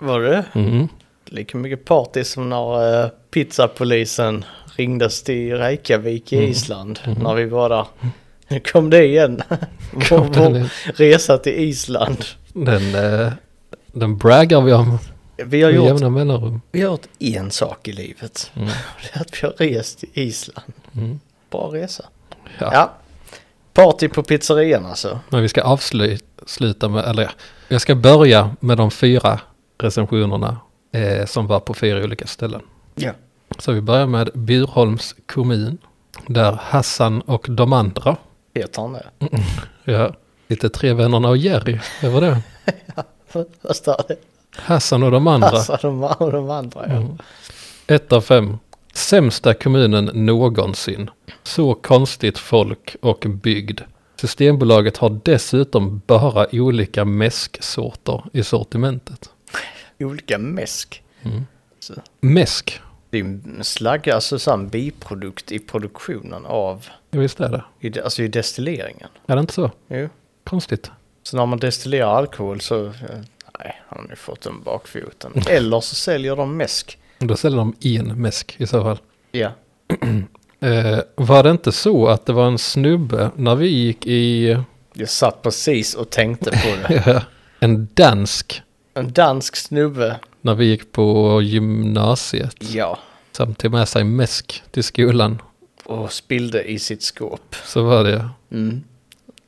S2: Var det?
S1: Mm.
S2: Lika mycket party som när eh, pizzapolisen ringdes till Reykjavik i Island. När vi var där. Nu kom det igen.
S1: Kom
S2: Vår,
S1: den
S2: vår
S1: igen.
S2: resa till Island.
S1: Den, eh, den braggar vi om
S2: Vi har
S1: med
S2: gjort
S1: jämna mellanrum.
S2: Vi har gjort en sak i livet. Det är att vi har rest till Island. Bra resa.
S1: Ja.
S2: Ja. Party på pizzerian alltså.
S1: Men vi ska avsluta med, eller ja, jag ska börja med de fyra recensionerna eh, som var på fyra olika ställen.
S2: Ja.
S1: Så vi börjar med Bjurholms kommun, där Hassan och de andra,
S2: Heter han det?
S1: ja, lite Tre vännerna och Jerry, det var det.
S2: Vad står det?
S1: Hassan och de andra.
S2: Alltså de, och de andra ja.
S1: Mm. Ett av fem. Sämsta kommunen någonsin. Så konstigt folk och bygd. Systembolaget har dessutom bara olika mäsksorter i sortimentet.
S2: Olika mäsk.
S1: Mm.
S2: Så.
S1: Mäsk,
S2: Det är ju en slagg, alltså så här en biprodukt i produktionen av,
S1: ja, visst är det.
S2: i, de- alltså i destilleringen.
S1: Är det inte så?
S2: Jo.
S1: Konstigt.
S2: Så när man destillerar alkohol så, eh, nej, han har ju fått den bakfoten. Eller så säljer de mäsk.
S1: Då säljer de en mäsk i så fall.
S2: Ja.
S1: Eh, var det inte så att det var en snubbe när vi gick i
S2: Jag satt precis och tänkte på det.
S1: en dansk
S2: En dansk snubbe.
S1: när vi gick på gymnasiet
S2: Ja.
S1: som tog med sig mäsk till skolan.
S2: Och spillde i sitt skåp.
S1: Så var det.
S2: Mm.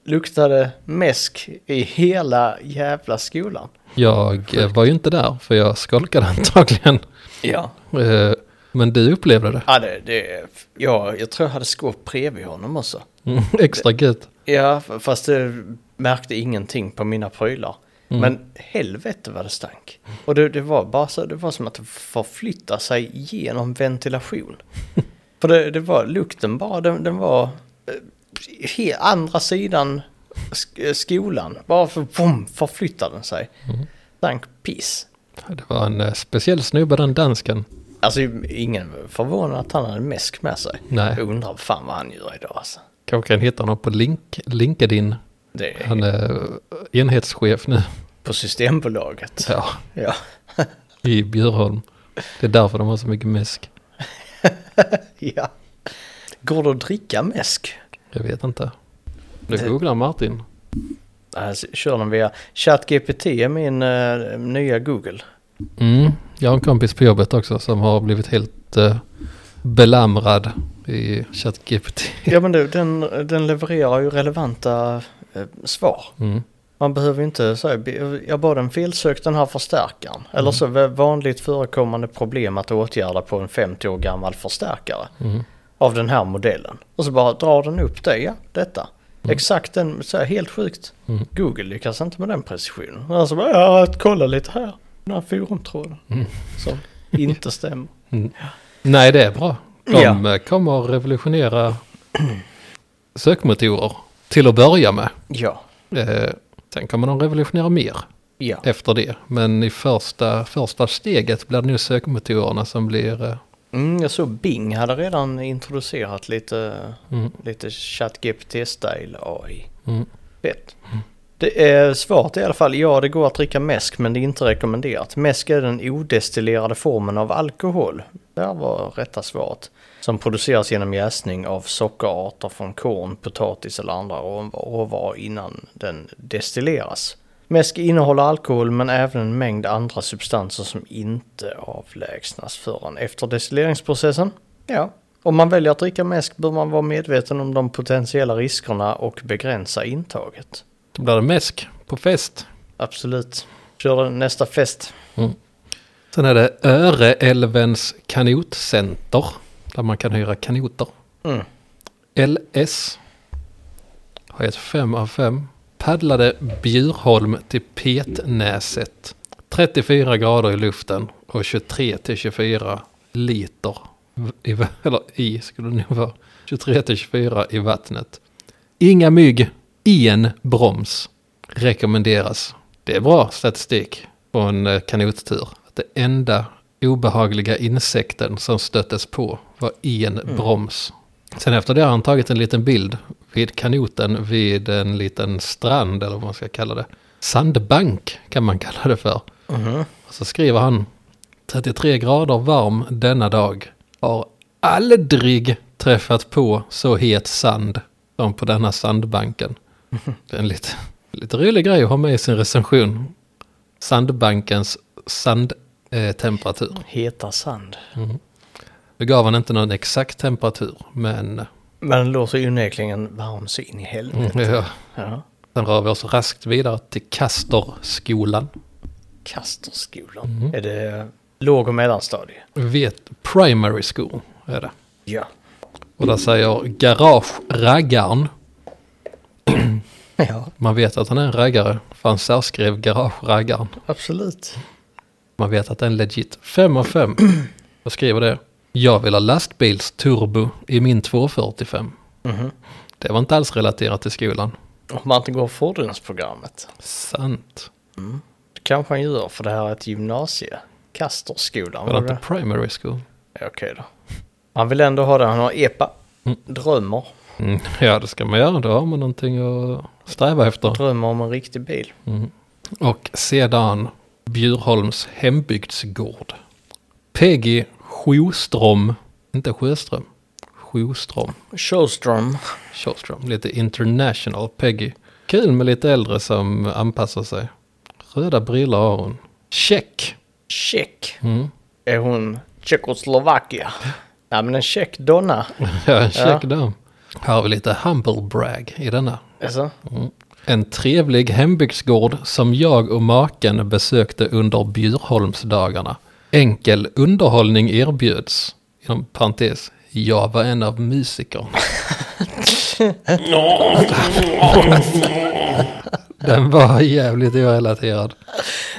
S2: Luktade mäsk i hela jävla skolan.
S1: Jag eh, var ju inte där för jag skolkade antagligen.
S2: Ja.
S1: Eh, Men du upplevde det.
S2: Ja, det, det, ja, jag tror jag hade skåp bredvid honom också.
S1: Mm, Extra gött.
S2: Ja, f- fast det märkte ingenting på mina prylar.
S1: Mm.
S2: Men helvete vad det stank. Och det, det var bara så, det var som att det förflyttade sig genom ventilation. För det, det var lukten bara, den, den var eh, he, andra sidan sk- eh, skolan. Bara för, boom, förflyttade den sig.
S1: Mm.
S2: Stank piss.
S1: Det var en eh, speciell snubbe den dansken.
S2: Alltså ingen var förvånad att han hade mäsk med sig.
S1: Nej.
S2: Jag undrar fan vad han gör idag alltså.
S1: Kanske kan hitta honom på Link, LinkedIn.
S2: Det är
S1: Han är eh, enhetschef nu.
S2: på Systembolaget.
S1: Ja,
S2: ja.
S1: i Bjurholm. Det är därför de har så mycket mäsk.
S2: Ja. Går det att dricka mäsk?
S1: Jag vet inte. Nu googlar Martin.
S2: Alltså, kör den via ChatGPT, är min eh, nya Google.
S1: Mm. Jag har en kompis på jobbet också som har blivit helt eh, belamrad i ChatGPT.
S2: Ja men du, den, den levererar ju relevanta eh, svar.
S1: Mm.
S2: Man behöver ju inte säga, "Be- jag bad den felsök den här förstärkaren. Eller så "Va- vanligt förekommande problem att åtgärda på en 50 år gammal förstärkare.
S1: Mm.
S2: Av den här modellen. Och så bara drar den upp det, ja detta. Exakt den, så här, helt sjukt.
S1: Mm.
S2: Google lyckas inte med den precisionen. Alltså bara, ja, kolla lite här. Den här forumtråden. Som inte stämmer.
S1: Nej, det är bra. De
S2: Ja.
S1: eh, kommer att revolutionera sökmotorer till att börja med.
S2: Ja,
S1: Eh, sen kommer de revolutionera mer
S2: ja.
S1: efter det. Men i första, första steget blir det nu sökmotorerna som blir... Eh,
S2: Mm, jag såg Bing hade redan introducerat lite,
S1: Mm.
S2: lite ChatGPT-style AI.
S1: mm.
S2: Fett. Det är svaret i alla fall, ja det går att dricka mäsk men det är inte rekommenderat. Mäsk är den odestillerade formen av alkohol. Där var rätta svaret. Som produceras genom jäsning av sockerarter från korn, potatis eller andra rå- råvaror innan den destilleras. Mäsk innehåller alkohol men även en mängd andra substanser som inte avlägsnas förrän efter destilleringsprocessen. Ja, om man väljer att dricka mäsk bör man vara medveten om de potentiella riskerna och begränsa intaget.
S1: Då blir det mäsk på fest.
S2: Absolut. Kör den nästa fest.
S1: Sen är det Öreälvens kanotcenter. Där man kan hyra kanoter.
S2: Mm.
S1: LS har gett 5 av 5. Paddlade Bjurholm till Petnäset. 34 grader i luften och 23 till 24 liter i, va- eller i skulle det nog vara. 23 till 24 i vattnet. Inga mygg, en broms rekommenderas. Det är bra statistik på en eh, kanottur. Att det enda obehagliga insekten som stöttes på var en broms. Sen efter det har han tagit en liten bild vid kanoten vid en liten strand eller vad man ska kalla det. Sandbank kan man kalla det för. Och så skriver han 33 grader varm denna dag. Har aldrig träffat på så het sand som på denna sandbanken. Det är en lite, lite rolig grej att ha med i sin recension. Sandbankens sandtemperatur.
S2: Heta sand.
S1: Nu gav han inte någon exakt temperatur, men
S2: Men den låter ju onekligen varm så in i helvete.
S1: ja.
S2: Ja.
S1: Sen rör vi oss raskt vidare till Kastorskolan.
S2: Kasterskolan. Är det låg och mellanstadie?
S1: Vet Primary School är det.
S2: Ja.
S1: Och där säger Garage Raggarn.
S2: Ja,
S1: Man vet att han är en raggare, för han särskrev Garage Raggarn.
S2: absolut.
S1: Man vet att den är legit. Fem av fem. Jag skriver det. Jag vill ha lastbilsturbo i min 245.
S2: Mhm.
S1: Det var inte alls relaterat till skolan.
S2: Om man inte går fordonsprogrammet.
S1: Sant.
S2: Det kanske han gör för det här är ett gymnasie. Kastorskolan
S1: Var det
S2: var
S1: inte
S2: det?
S1: primary school?
S2: Ja, Okej då. Han vill ändå ha det. Han har EPA.
S1: Mm.
S2: Drömmer.
S1: Mm, ja, det ska man göra. Då har man någonting att sträva efter.
S2: Drömmer om en riktig bil.
S1: Och sedan Bjurholms hembygdsgård. Peggy Sjöström, inte Sjöström, Sjöström,
S2: Showstrom.
S1: Sjöström, lite international Peggy. Kul med lite äldre som anpassar sig. Röda brillor har hon. Check!
S2: Tjeck.
S1: Mm.
S2: Är hon Tjeckoslovakia? Nej men en tjeck donna.
S1: Ja, en check dam. Här har vi lite humble brag i denna.
S2: Alltså,
S1: En trevlig hembygdsgård som jag och maken besökte under Bjurholmsdagarna. Enkel underhållning erbjöds. Inom parentes, jag var en av musikerna. Den var jävligt orelaterad.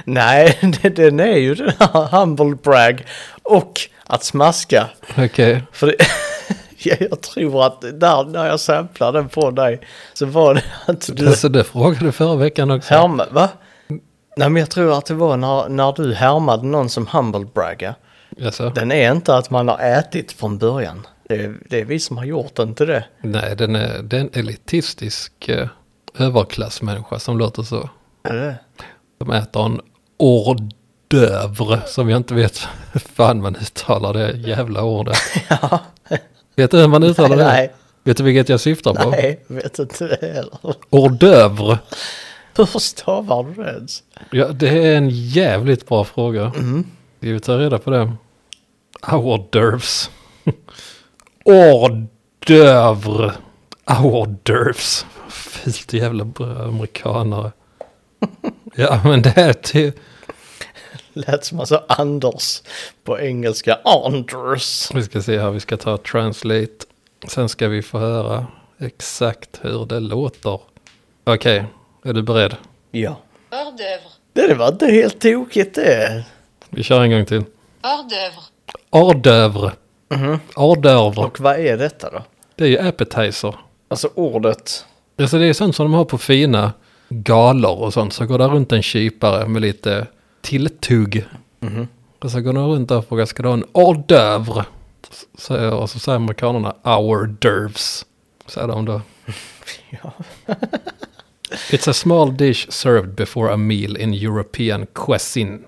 S2: nej, det- den är ju den här humble brag och att smaska.
S1: Okej,
S2: För det, jag, jag tror att där, när jag samplade den på dig så var det att du
S1: alltså det frågade du förra veckan också.
S2: härmade, va? Nej men jag tror att det var när, när du härmade någon som humble bragga.
S1: Alltså,
S2: Den är inte att man har ätit från början. Det är, det är vi som har gjort den till det.
S1: nej, den är, det är en elitistisk eh, överklassmänniska som låter så.
S2: Är det?
S1: De äter en hors d'oeuvre som jag inte vet hur fan man uttalar det jävla ordet. Vet du hur man uttalar det?
S2: Nej.
S1: Vet du vilket jag syftar på?
S2: Nej, jag vet inte det heller.
S1: Hors d'oeuvre.
S2: Hur stavar du det ens?
S1: Ja, det är en jävligt bra fråga.
S2: Mm.
S1: Ska vi ta reda på det? Hors d'oeuvres. Hors d'oeuvre. Hors d'oeuvres. Fult jävla bra amerikanare. Ja, men det är till...
S2: Lät som alltså Anders på engelska. Anders.
S1: Vi ska se här, vi ska ta translate. Sen ska vi få höra exakt hur det låter. Okej, är du beredd?
S2: Ja.
S4: Hors d'œuvre,
S2: Det det var inte helt tokigt det.
S1: Vi kör en gång till.
S4: hors d'œuvre,
S1: Hors d'oeuvre. Hors d'oeuvre.
S2: Och vad är detta då?
S1: Det är ju appetizer.
S2: Alltså ordet.
S1: Alltså det är sånt som de har på fina galor och sånt. Så går där runt en kypare med lite tilltugg. Och så går de runt där och frågar, ska du ha en hors d'oeuvre? Så- Och så säger amerikanerna, our d'oeuvres. Säger de då.
S2: Ja.
S1: It's a small dish served before a meal in European cuisine.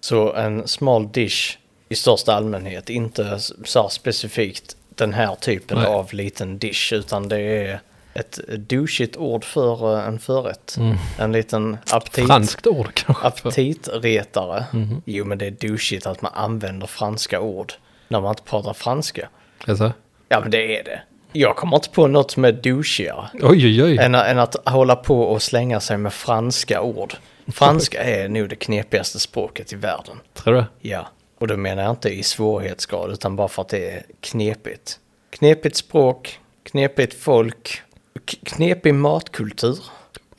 S2: Så en smal dish i största allmänhet. Inte så här specifikt den här typen
S1: Nej.
S2: av liten dish. Utan det är ett douchigt ord för eh, en förrätt. En liten aptit.
S1: Franskt ord kanske. för-
S2: Aptitretare. Jo men det är douchigt att man använder franska ord när man inte pratar franska.
S1: Alltså,
S2: Ja men det är det. Jag kommer inte på något som är douchigare
S1: oj, oj, oj.
S2: än, än att hålla på och slänga sig med franska ord. Franska är nog det knepigaste språket i världen.
S1: Tror du?
S2: Ja, och då menar jag inte i svårighetsgrad utan bara för att det är knepigt. Knepigt språk, knepigt folk, k- knepig matkultur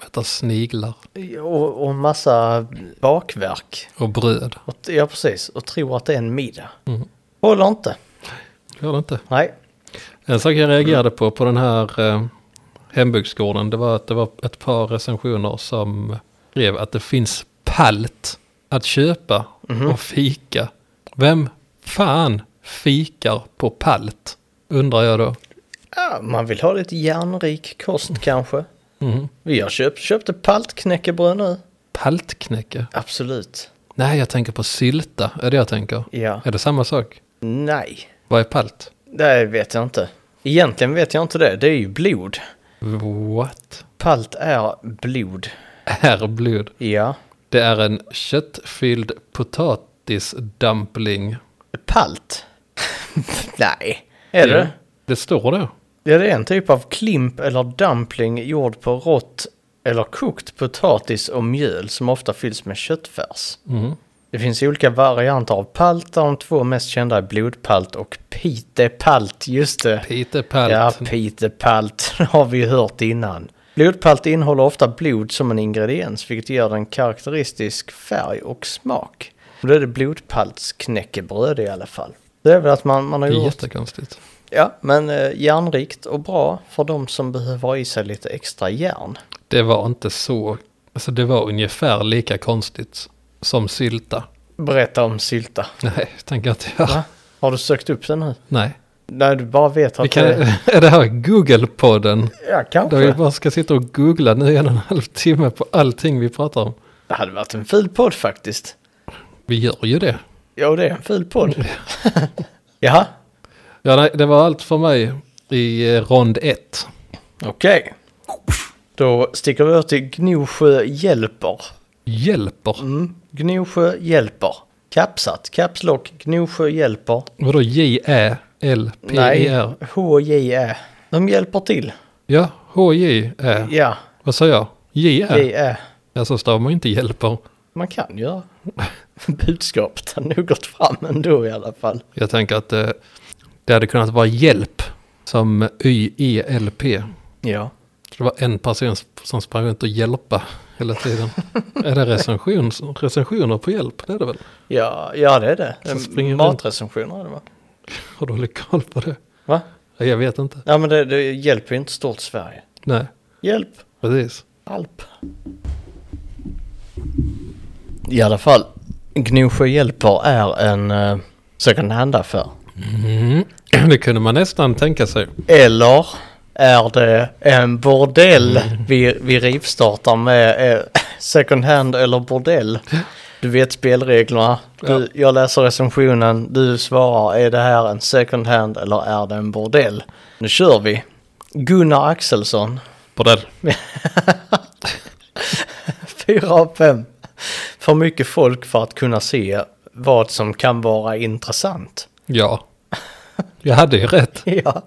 S1: Äta sniglar
S2: och, och massa bakverk.
S1: och bröd.
S2: Och, ja, precis. Och tror att det är en middag. Håller inte.
S1: Gör det inte.
S2: Nej.
S1: En sak jag reagerade på på den här eh, hembygdsgården. Det var att det var ett par recensioner som skrev att det finns palt att köpa
S2: Mhm.
S1: och fika. Vem fan fikar på palt? Undrar jag då.
S2: Ja, man vill ha lite järnrik kost kanske.
S1: Mm.
S2: Vi har köpt, köpte paltknäckebröd nu.
S1: Paltknäcke.
S2: Absolut.
S1: Nej, jag tänker på sylta. Är det jag tänker?
S2: Ja.
S1: Är det samma sak?
S2: Nej.
S1: Vad är palt?
S2: Det vet jag inte. Egentligen vet jag inte det. Det är ju blod.
S1: What?
S2: Palt är blod.
S1: Är blod.
S2: Ja.
S1: Det är en köttfylld potatisdumpling.
S2: Palt? Nej. Är det?
S1: Det står det.
S2: Ja, det är en typ av klimp eller dumpling gjord på rått eller kokt potatis och mjöl som ofta fylls med köttfärs.
S1: Mhm.
S2: Det finns olika varianter av palt där de två mest kända är blodpalt och pitepalt. Just det.
S1: Peter
S2: Ja,
S1: palt.
S2: pitepalt det har vi ju hört innan. Blodpalt innehåller ofta blod som en ingrediens vilket ger den karaktäristisk färg och smak. Och då är det blodpaltsknäckebröd i alla fall. Det är väl att man, man
S1: Det
S2: har
S1: är
S2: gjort...
S1: jättekonstigt.
S2: Ja, men eh, järnrikt och bra för de som behöver ha i sig lite extra järn.
S1: Det var inte så, alltså det var ungefär lika konstigt som sylta.
S2: Berätta om sylta.
S1: Nej, tänker jag inte göra.
S2: Va? Har du sökt upp den nu?
S1: Nej.
S2: Nej, du bara vet
S1: Vi
S2: att
S1: kan,
S2: det...
S1: är det här Google-podden?
S2: Ja,
S1: Där
S2: kanske.
S1: vi bara ska sitta och googla nu i en och en halv timme på allting vi pratar om.
S2: Det hade varit en ful podd faktiskt.
S1: Vi gör ju det.
S2: Ja, det är en ful podd. Jaha,
S1: Ja, nej, det var allt för mig i eh, rond ett.
S2: okej. Då sticker vi över till Gnosjö hjälper.
S1: Hjälper.
S2: Mm. Gnosjö hjälper. Kapsat, kapslock, Gnosjö hjälper.
S1: Vadå J-Ä-L-P-E-R?
S2: H-J-Ä. De hjälper till.
S1: Ja, H-J-Ä.
S2: Ja,
S1: Vad sa jag? J-Ä?
S2: J-Ä.
S1: Alltså stavar man inte hjälper.
S2: Man kan göra budskapet har nog gått fram ändå i alla fall.
S1: Jag tänker att eh, det hade kunnat vara hjälp som Y-E-L-P.
S2: Ja.
S1: Så det var en person som sprang runt och hjälpa hela tiden. är det recensions, recensioner på hjälp? Det är det väl?
S2: Ja, ja det är det.
S1: Så springer runt.
S2: Matrecensioner är det va?
S1: Har dålig koll på det?
S2: Va?
S1: Ja, Jag vet inte.
S2: Ja men det, det hjälper ju inte stort Sverige.
S1: Nej,
S2: Hjälp!
S1: precis.
S2: Alp. I alla fall, Gnosjö Hjälper är en eh, second hand-affär.
S1: Mm. Det kunde man nästan tänka sig.
S2: Eller är det en bordell vi, vi rivstartar med eh, second hand eller bordell? Du vet spelreglerna. Du,
S1: Ja.
S2: Jag läser recensionen, du svarar är det här en second hand eller är det en bordell? Nu kör vi. Gunnar Axelsson,
S1: Bordell.
S2: 4 av 5. För mycket folk för att kunna se vad som kan vara intressant.
S1: Ja. Jag hade ju rätt.
S2: Ja,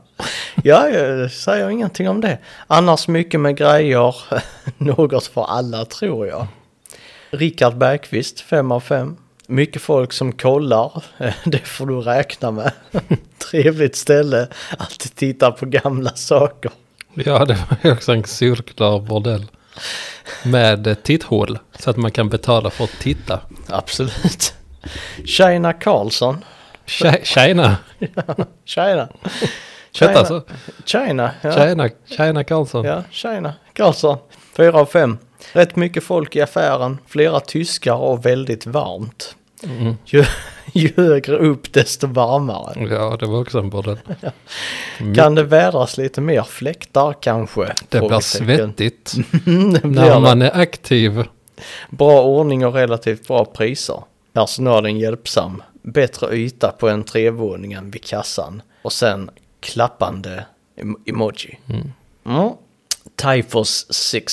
S2: ja jag säger ingenting om det. Annars mycket med grejer. Något för alla tror jag. Rickard Bergqvist, 5 av 5. Mycket folk som kollar, det får du räkna med. Trevligt ställe att titta på gamla saker.
S1: Ja, det var ju också en solklar bordell. Med eh, titthål. Så att man kan betala för att titta.
S2: Absolut. Shaina Karlsson.
S1: Tje- Tjena!
S2: Shaina.
S1: Tjena alltså.
S2: China. Ja.
S1: Tjena, tjena Karlsson.
S2: Ja, China. Karlsson. Fyra av fem. Rätt mycket folk i affären, flera tyskar och väldigt varmt.
S1: Mm.
S2: Ju, ju högre upp desto varmare.
S1: Ja, det var också en bordell.
S2: Kan det vädras lite mer fläktar kanske?
S1: Mm. Det blir
S2: Frågetecken.
S1: svettigt
S2: Det blir
S1: när
S2: det.
S1: man är aktiv.
S2: Bra ordning och relativt bra priser. Personalen hjälpsam. Bättre yta på en trevåning än vid kassan. Och sen klappande em- emoji. Mm. Typhus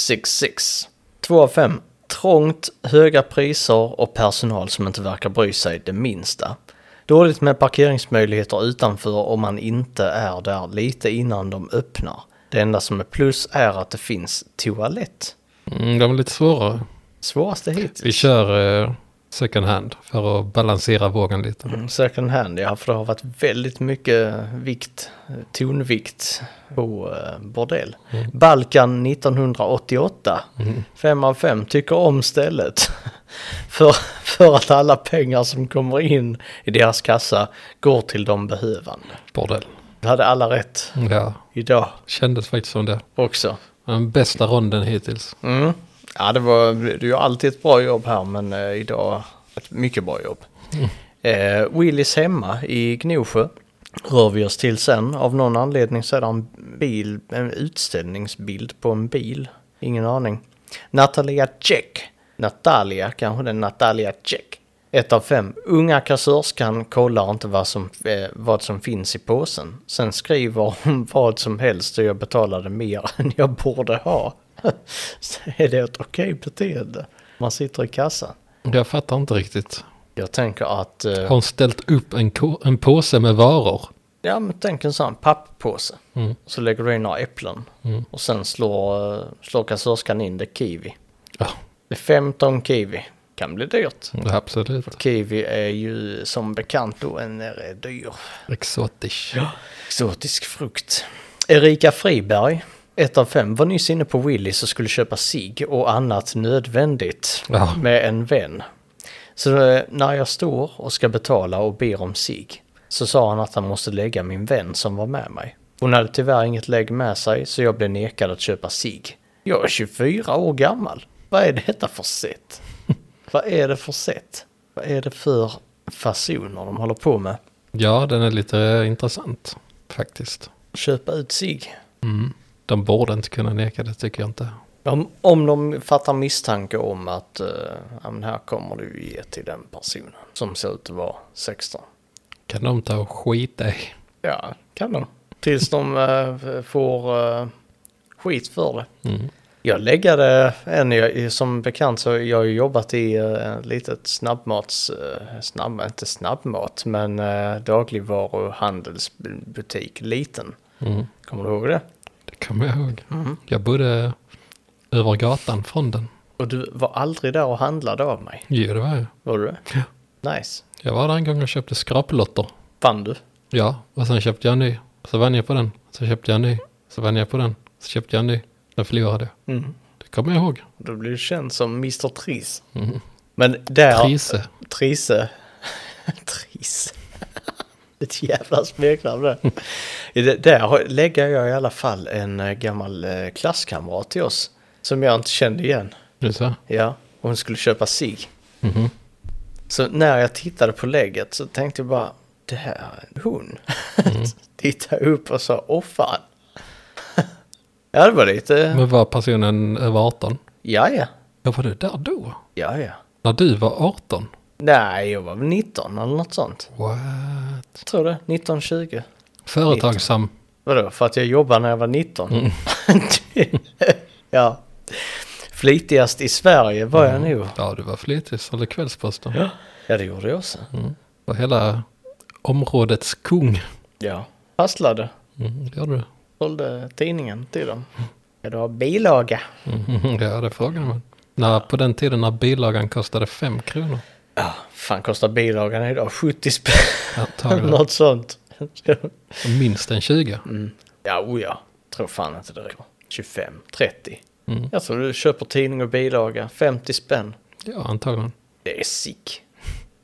S2: 666. 2 av 5. Trångt, höga priser och personal som inte verkar bry sig det minsta. Dåligt med parkeringsmöjligheter utanför om man inte är där lite innan de öppnar. Det enda som är plus är att det finns toalett.
S1: Mm, de är lite svårare.
S2: Svåraste hittills.
S1: Vi kör eh, second hand för att balansera vågen lite.
S2: Mm, Second hand, ja. För det har varit väldigt mycket vikt, tonvikt på eh, bordell. Balkan 1988. fem av fem tycker om stället. för, för att alla pengar som kommer in i deras kassa går till de behövande.
S1: Bordell.
S2: Det hade alla rätt
S1: Ja,
S2: idag
S1: kändes faktiskt som det.
S2: också.
S1: Den bästa ronden hittills.
S2: Mm. Ja, det var, du gör alltid ett bra jobb här, men eh, idag ett mycket bra jobb. Eh, Willys hemma i Gnosjö rör vi oss till sen. Av någon anledning så är det en, bil, en utställningsbild på en bil. Ingen aning. Natalia Check. Natalia, kanske det är Natalia Check. Ett av fem. Unga kassörskan kollar inte vad som, eh, vad som finns i påsen. Sen skriver hon vad som helst och jag betalade mer än jag borde ha. Så är det ett okej beteende? Man sitter i kassan.
S1: Jag fattar inte riktigt.
S2: Jag tänker att... eh,
S1: Har hon ställt upp en, ko- en påse med varor?
S2: Ja, men tänk en sån papppåse.
S1: Mm.
S2: Så lägger du in några äpplen. Och sen slår, eh, slår kassörskan in det kiwi.
S1: Ja, mm.
S2: Det är 15 kiwi. Kan bli dyrt.
S1: absolut.
S2: Kiwi är ju som bekant då en eh, dyr
S1: Exotisk.
S2: exotisk frukt. Erika Friberg, 1 av 5, var nyss inne på Willys och skulle köpa sig och annat nödvändigt
S1: Ja.
S2: med en vän. Så eh, när jag står och ska betala och ber om sig så sa han att han måste lägga min vän som var med mig. Hon hade tyvärr inget lägg med sig så jag blev nekad att köpa sig. Jag är 24 år gammal. Vad är detta för sätt? Vad är det för sätt? Vad är det för fasoner de håller på med?
S1: Ja, den är lite eh, intressant faktiskt.
S2: Köpa ut sig.
S1: De borde inte kunna neka det tycker jag inte.
S2: Om, om de fattar misstanke om att eh, ja, men här kommer du ge till den personen som ser ut att vara 16.
S1: Kan de ta och skita i?
S2: Ja, kan de. Tills de eh, får eh, skit för det.
S1: Mm.
S2: Jag läggade en, jag, som bekant så jag har ju jobbat i eh, ett litet snabbmats, eh, snabb, inte snabbmat, men eh, dagligvaruhandelsbutik, liten.
S1: Mm.
S2: Kommer du ihåg det?
S1: Det kommer jag ihåg.
S2: Mm.
S1: Jag bodde över gatan från den.
S2: Och du var aldrig där och handlade av mig,
S1: Jo, det var jag.
S2: var du det?
S1: Ja.
S2: Nice.
S1: Jag var där en gång och köpte skraplotter.
S2: Fann du?
S1: Ja, och sen köpte jag en ny. Så vann jag på den. Så köpte jag en ny. Så vann jag på den. Så köpte jag en ny. Sen förlorade jag.
S2: Mm.
S1: Det kommer jag ihåg.
S2: Då blir du känd som Mr. Tris.
S1: Mm.
S2: Men där...
S1: Trise.
S2: Trisse. Trisse. Ett jävla smeknamn där. I det- Där har- lägger jag i alla fall en eh, gammal eh, klasskamrat till oss. Som jag inte kände igen.
S1: Nu så.
S2: Ja, och hon skulle köpa sig.
S1: Mhm.
S2: Så när jag tittade på lägget så tänkte jag bara, det här är hon.
S1: Mm.
S2: Tittade upp och sa, åh fan. ja, det var lite,
S1: Men var personen över 18?
S2: ja ja,
S1: Ja, var du där då?
S2: ja ja.
S1: När du var 18?
S2: Nej, jag var väl 19 eller något sånt.
S1: What?
S2: tror det, 19-20.
S1: Företagsam.
S2: Vadå, för att jag jobbade när jag var 19? ja. Flitigast i Sverige var jag nog.
S1: Ja, du var flitig. Sålde kvällsposten.
S2: Mm. Ja, Mm. det gjorde jag också.
S1: Var hela områdets kung.
S2: Ja. Fastlade.
S1: Mm, det gjorde du.
S2: Sålde tidningen till dem. Ska du ha bilaga?
S1: Mhm, Ja, det frågar man. När, på den tiden när bilagan kostade 5 kronor.
S2: Ja, fan kostar bilagan idag 70 spänn.
S1: Antagligen.
S2: Något sånt.
S1: Minst en 20.
S2: Mm. ja, oja. Tror fan inte det räcker. 25, 30.
S1: Mm.
S2: Jag tror du köper tidning och bilaga, 50 spänn.
S1: Ja, antagligen.
S2: Det är sick.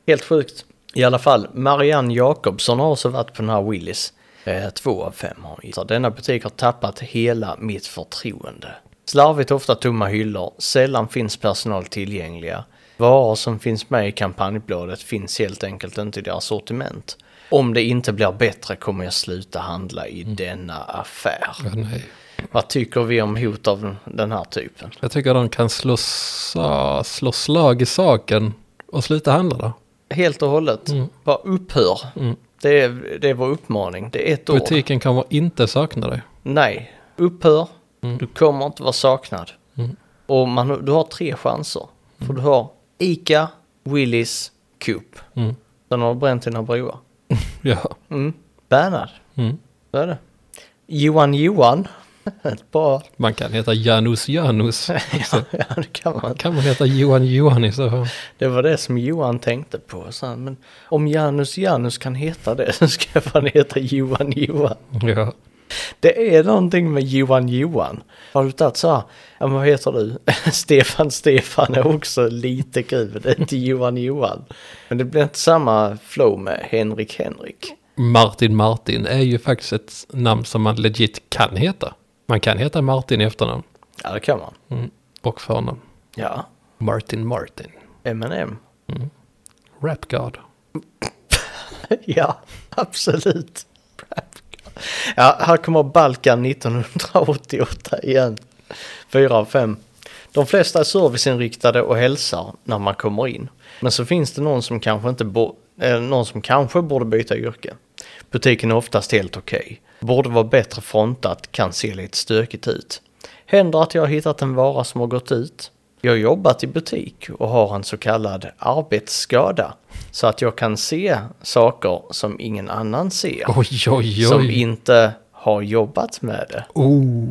S2: Helt sjukt. I alla fall, Marianne Jakobsson har också varit på den här Willys. Eh, två av fem har hon gissat. Denna butik har tappat hela mitt förtroende. Slarvigt ofta tomma hyllor, sällan finns personal tillgängliga. Varor som finns med i kampanjbladet finns helt enkelt inte i deras sortiment. Om det inte blir bättre kommer jag sluta handla i denna affär.
S1: Ja, nej.
S2: Vad tycker vi om hot av den här typen?
S1: Jag tycker de kan slå, sa, slå slag i saken och sluta handla där.
S2: Helt och hållet. Bara upphör. Det, är, det är vår uppmaning. Det är ett ord.
S1: Butiken kommer inte sakna dig.
S2: Nej, upphör. Du kommer inte vara saknad. Och man, du har tre chanser. För du har Ica, Willys, Coop.
S1: Mm.
S2: Sen har du bränt dina broar.
S1: Ja.
S2: Mm. Bernhard,
S1: Mm.
S2: så är det. Johan Johan. Ett bra...
S1: Man kan heta Janus Janus.
S2: Ja, det kan man.
S1: Kan man heta Johan Johan i så fall?
S2: Det var det som Johan tänkte på. Så han, men om Janus Janus kan heta det så ska han heta Johan Johan.
S1: Ja.
S2: Det är någonting med Johan Johan. Har du tagit så här, ja men vad heter du? Stefan Stefan är också lite kul, men det är inte Johan Johan. Men det blir inte samma flow med Henrik Henrik.
S1: Martin Martin är ju faktiskt ett namn som man legit kan heta. Man kan heta Martin i efternamn
S2: Ja det kan man.
S1: mm. och förnamn.
S2: Ja,
S1: Martin Martin.
S2: M&M.
S1: Rap God.
S2: Ja, absolut. Ja, här kommer Balkan 1988 igen. Fyra av fem. De flesta är serviceinriktade och hälsar när man kommer in. Men så finns det någon som kanske, inte bo- eh, någon som kanske borde byta yrke. Butiken är oftast helt okej. Borde vara bättre frontat, kan se lite stökigt ut. Händer att jag har hittat en vara som har gått ut. Jag har jobbat i butik och har en så kallad arbetsskada. Så att jag kan se saker som ingen annan ser.
S1: Oj, oj,
S2: Som
S1: oj.
S2: inte har jobbat med det.
S1: Oh.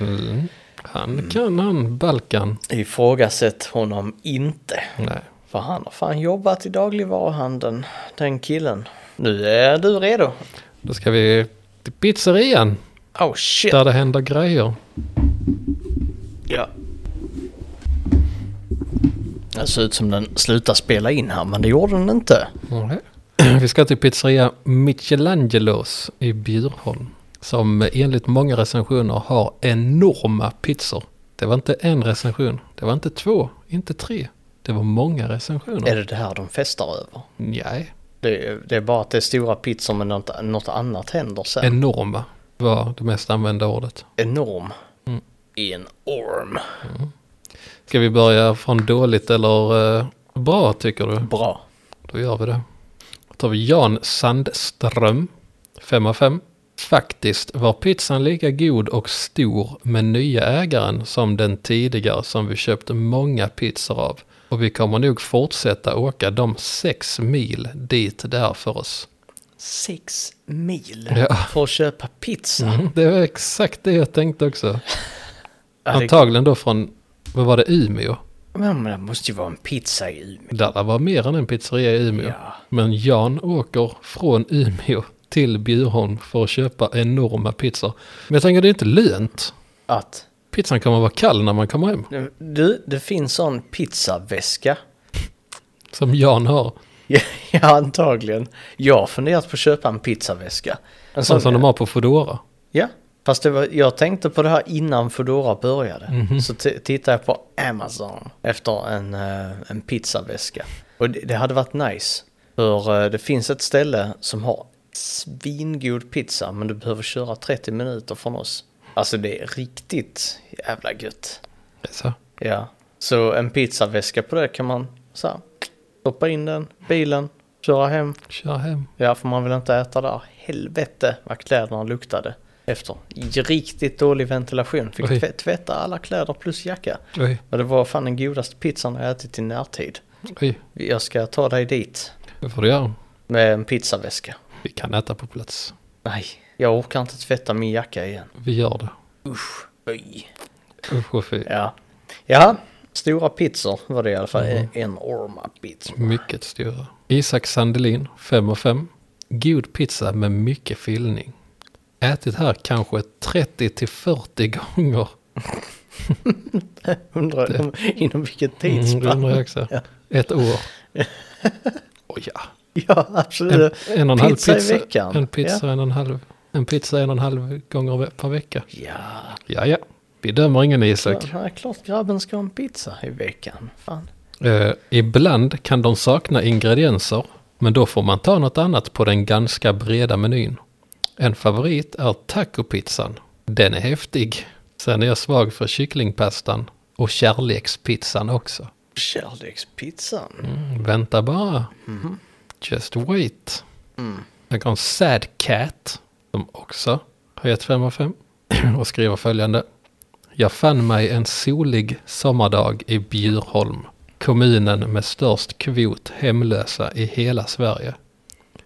S1: Mm. Han kan han, Balkan.
S2: Ifrågasätt honom inte.
S1: Nej.
S2: För han har fan jobbat i dagligvaruhandeln, den killen. Nu är du redo.
S1: Då ska vi till pizzerian
S2: Oh shit.
S1: där det händer grejer.
S2: Ja. Det ser ut som den slutar spela in här, men det gjorde den inte.
S1: Nej. Vi ska till pizzeria Michelangelos i Bjurholm. Som enligt många recensioner har enorma pizzor. Det var inte en recension, det var inte två, inte tre. Det var många
S2: Är
S1: recensioner.
S2: det det här de festar över?
S1: Nej,
S2: Det, är- det är bara att det är stora pizzor men något, något annat händer sen.
S1: enorma var det mest använda ordet.
S2: Enorm.
S1: Mm.
S2: En orm.
S1: Ska vi börja från dåligt eller eh, bra tycker du?
S2: Bra.
S1: Då gör vi det. Då tar vi Jan Sandström, 5 av 5. Faktiskt var pizzan lika god och stor med nya ägaren som den tidigare som vi köpt många pizzor av. Och vi kommer nog fortsätta åka de sex mil dit där för oss.
S2: Sex mil
S1: Ja.
S2: för att köpa pizza.
S1: Mm, det var exakt det jag tänkte också.
S2: Ja, det,
S1: Antagligen då från, vad var det, Umeå?
S2: men det måste ju vara en pizza i Umeå.
S1: Där var mer än en pizzeria i Umeå.
S2: Ja.
S1: Men Jan åker från Umeå till Bjurholm för att köpa enorma pizzor. Men jag tänker det är inte lönt.
S2: Att
S1: Pizzan kommer vara kall när man kommer hem.
S2: du, det finns sån pizzaväska.
S1: Som Jan har.
S2: Ja, antagligen. Jag har funderat på att köpa en pizzaväska. En
S1: Sån som de har på Foodora.
S2: Ja, fast det var, jag tänkte på det här innan Foodora började. Så t- tittade jag på Amazon efter en, eh, en pizzaväska. Och det, det hade varit nice. För eh, det finns ett ställe som har svingod pizza men du behöver köra 30 minuter från oss. Alltså det är riktigt jävla gött.
S1: Det är Så.
S2: Ja, så en pizzaväska på det kan man så här, stoppa in den, bilen, köra hem.
S1: Kör hem.
S2: Ja, för man vill inte äta där. Helvete vad kläderna luktade efter. Riktigt dålig ventilation. Fick
S1: Oj.
S2: tv- tvätta alla kläder plus jacka.
S1: Oj,
S2: Men det var fan den godaste pizzan jag ätit i närtid.
S1: oj.
S2: Jag ska ta dig dit
S1: Det får du göra.
S2: med en pizzaväska.
S1: Vi kan äta på plats.
S2: Nej, jag orkar inte tvätta min jacka igen.
S1: Vi gör det.
S2: Oj.
S1: Usch och fy.
S2: Ja. ja, stora pizzor var det i alla fall.
S1: Mm.
S2: En Enorma pizzor.
S1: Mycket stora. Isak Sandelin, 5 av 5. God pizza med mycket fyllning. Ätit här kanske 30 till 40 gånger.
S2: Undrar om- inom vilket
S1: Mm, det undrar jag
S2: tidsspann.
S1: också. Ett år. Oh, ja.
S2: Ja,
S1: en,
S2: absolut.
S1: en och en
S2: Pizza i
S1: halv pizza,
S2: veckan.
S1: En pizza en och en halv. En pizza en och en halv gånger ve- per vecka.
S2: Ja,
S1: Ja, ja. Vi dömer ingen Isak.
S2: ja klart grabben ska ha en pizza i veckan. Fan.
S1: Eh, ibland kan de sakna ingredienser. Men då får man ta något annat på den ganska breda menyn. En favorit är tacopizzan. Den är häftig. Sen är jag svag för kycklingpastan. Och kärlekspizzan också.
S2: Kärlekspizzan.
S1: Vänta bara. Just wait. Jag har en sad cat som också har gett 5 av 5 och skriver följande. Jag fann mig en solig sommardag i Bjurholm, kommunen med störst kvot hemlösa i hela Sverige.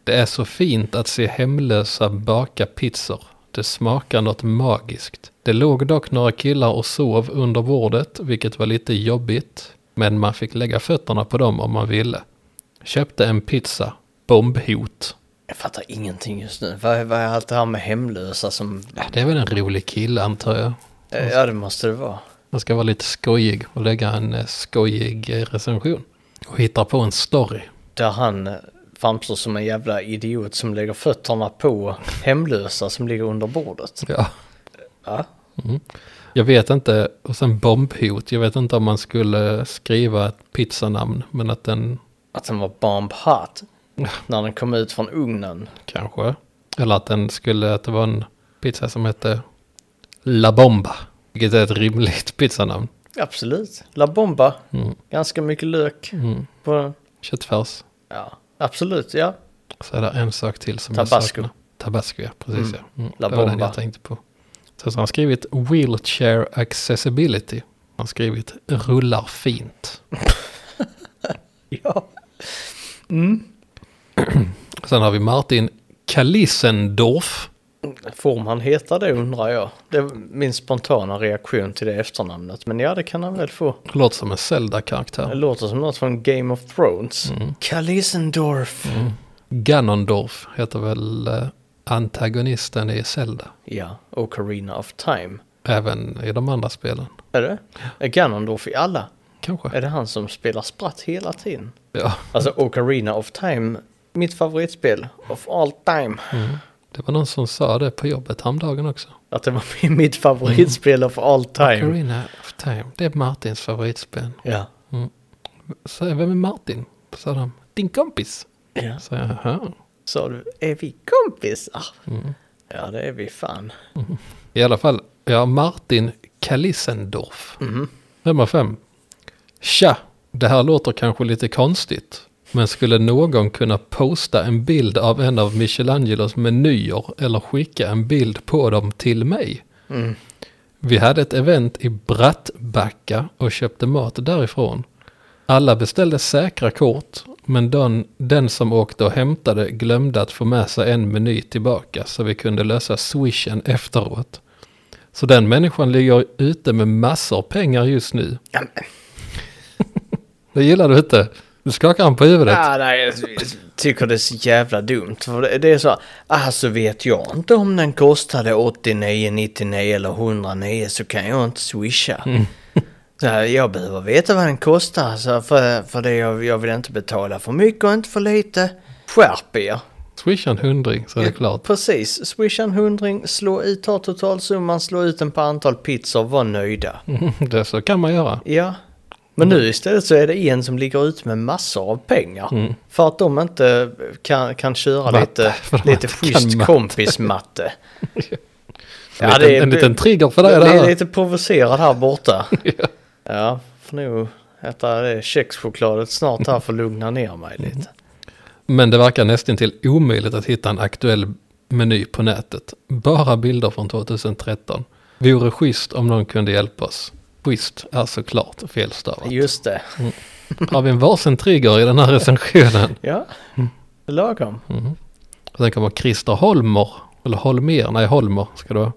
S1: Det är så fint att se hemlösa baka pizzor. Det smakar något magiskt. Det låg dock några killar och sov under bordet, vilket var lite jobbigt. Men man fick lägga fötterna på dem om man ville. Köpte en pizza. Bombhot.
S2: Jag fattar ingenting just nu. Vad, vad är allt det här med hemlösa som...
S1: Ja, det är väl en rolig kille antar jag.
S2: eh, Ja, det måste det vara.
S1: Man ska vara lite skojig och lägga en eh, skojig eh, recension. Och hitta på en story.
S2: Där han eh, framstår som en jävla idiot som lägger fötterna på hemlösa som ligger under bordet.
S1: Ja.
S2: Ja.
S1: Jag vet inte, och sen bombhot. Jag vet inte om man skulle eh, skriva ett pizzanamn, men att den
S2: Att den var bomb hot när den kom ut från ugnen.
S1: Kanske. Eller att den skulle, att det var en pizza som hette La Bomba. Vilket är ett rimligt pizzanamn.
S2: Absolut. La Bomba.
S1: Mm.
S2: Ganska mycket lök
S1: Mm.
S2: på den.
S1: Köttfärs.
S2: Ja, absolut. Ja.
S1: Så är det en sak till som jag
S2: Tabasco.
S1: saknar. Tabasco, ja. Precis,
S2: Mm.
S1: ja. Mm.
S2: La
S1: det var den
S2: Bomba.
S1: jag tänkte på. Så har han skrivit wheelchair accessibility. Han har skrivit rullar fint.
S2: Ja.
S1: Sen har vi Martin Kalisendorf.
S2: Får man heta det undrar jag. Det är min spontana reaktion till det efternamnet. Men ja, det kan han väl få.
S1: Låter som en
S2: Det
S1: Zelda-karaktär.
S2: låter som något från Game of Thrones. Kalisendorf.
S1: Ganondorf heter väl eh, antagonisten i Zelda.
S2: Ja, Ocarina of Time.
S1: Även i de andra spelen.
S2: Är det? Är Ganondorf i alla?
S1: kanske.
S2: Är det han som spelar spratt hela tiden?
S1: Ja,
S2: Alltså Ocarina of Time, mitt favoritspel of all time.
S1: det var någon som sa det på jobbet häromdagen också.
S2: Att det var mitt favoritspel of all time.
S1: Ocarina of Time. Det är Martins favoritspel.
S2: Ja.
S1: Så jag, vem är Martin? Sa de. Din kompis.
S2: ja.
S1: Så jag, "Jaha."
S2: Sa du, är vi kompisar? Ja, det är vi fan.
S1: I alla fall, ja, Martin Kalisendorf. Nummer fem. Tja, det här låter kanske lite konstigt. Men skulle någon kunna posta en bild av en av Michelangelos menyer eller skicka en bild på dem till mig? Vi hade ett event i Brattbacka och köpte mat därifrån. Alla beställde säkra kort, men den, den som åkte och hämtade glömde att få med sig en meny tillbaka så vi kunde lösa swishen efteråt. Så den människan ligger ute med massor pengar just nu.
S2: Ja, men-
S1: Det gillar du inte. Du skakar han på huvudet.
S2: Ah, nej, jag tycker det är så jävla dumt. För det, det är så, ah, så vet jag inte om den kostade 89, 99 eller 109 så kan jag inte swisha. Så här, jag behöver veta vad den kostar så för, för det, jag, jag vill inte betala för mycket och inte för lite. Skärp er!
S1: Swisha en hundring så är det klart.
S2: Precis, swisha en hundring, slå ut, ta totalsumman, slå ut den på antal pizzor, var nöjda.
S1: Det så kan man göra.
S2: Ja. Men nu istället så är det en som ligger ut med massor av pengar. För att de inte kan, kan köra
S1: Mm. Matte.
S2: lite,
S1: För de
S2: lite
S1: inte kan
S2: schysst
S1: matte.
S2: kompismatte.
S1: En liten- en liten trigger för dig,
S2: det
S1: det här.
S2: är lite provocerad här borta. ja, får nog äta det kexchokladet snart här för att lugna ner mig
S1: Mm.
S2: lite.
S1: Men det verkar nästan till omöjligt att hitta en aktuell meny på nätet. Bara bilder från 2013. Vore schysst om någon kunde hjälpa oss. Schysst är såklart felstavat.
S2: Just det.
S1: Har vi en varsin trigger i den här recensionen?
S2: Ja,
S1: Mm.
S2: det är lagom.
S1: Och sen kommer Christer Holmer. Eller Holmer, nej Holmer ska det vara.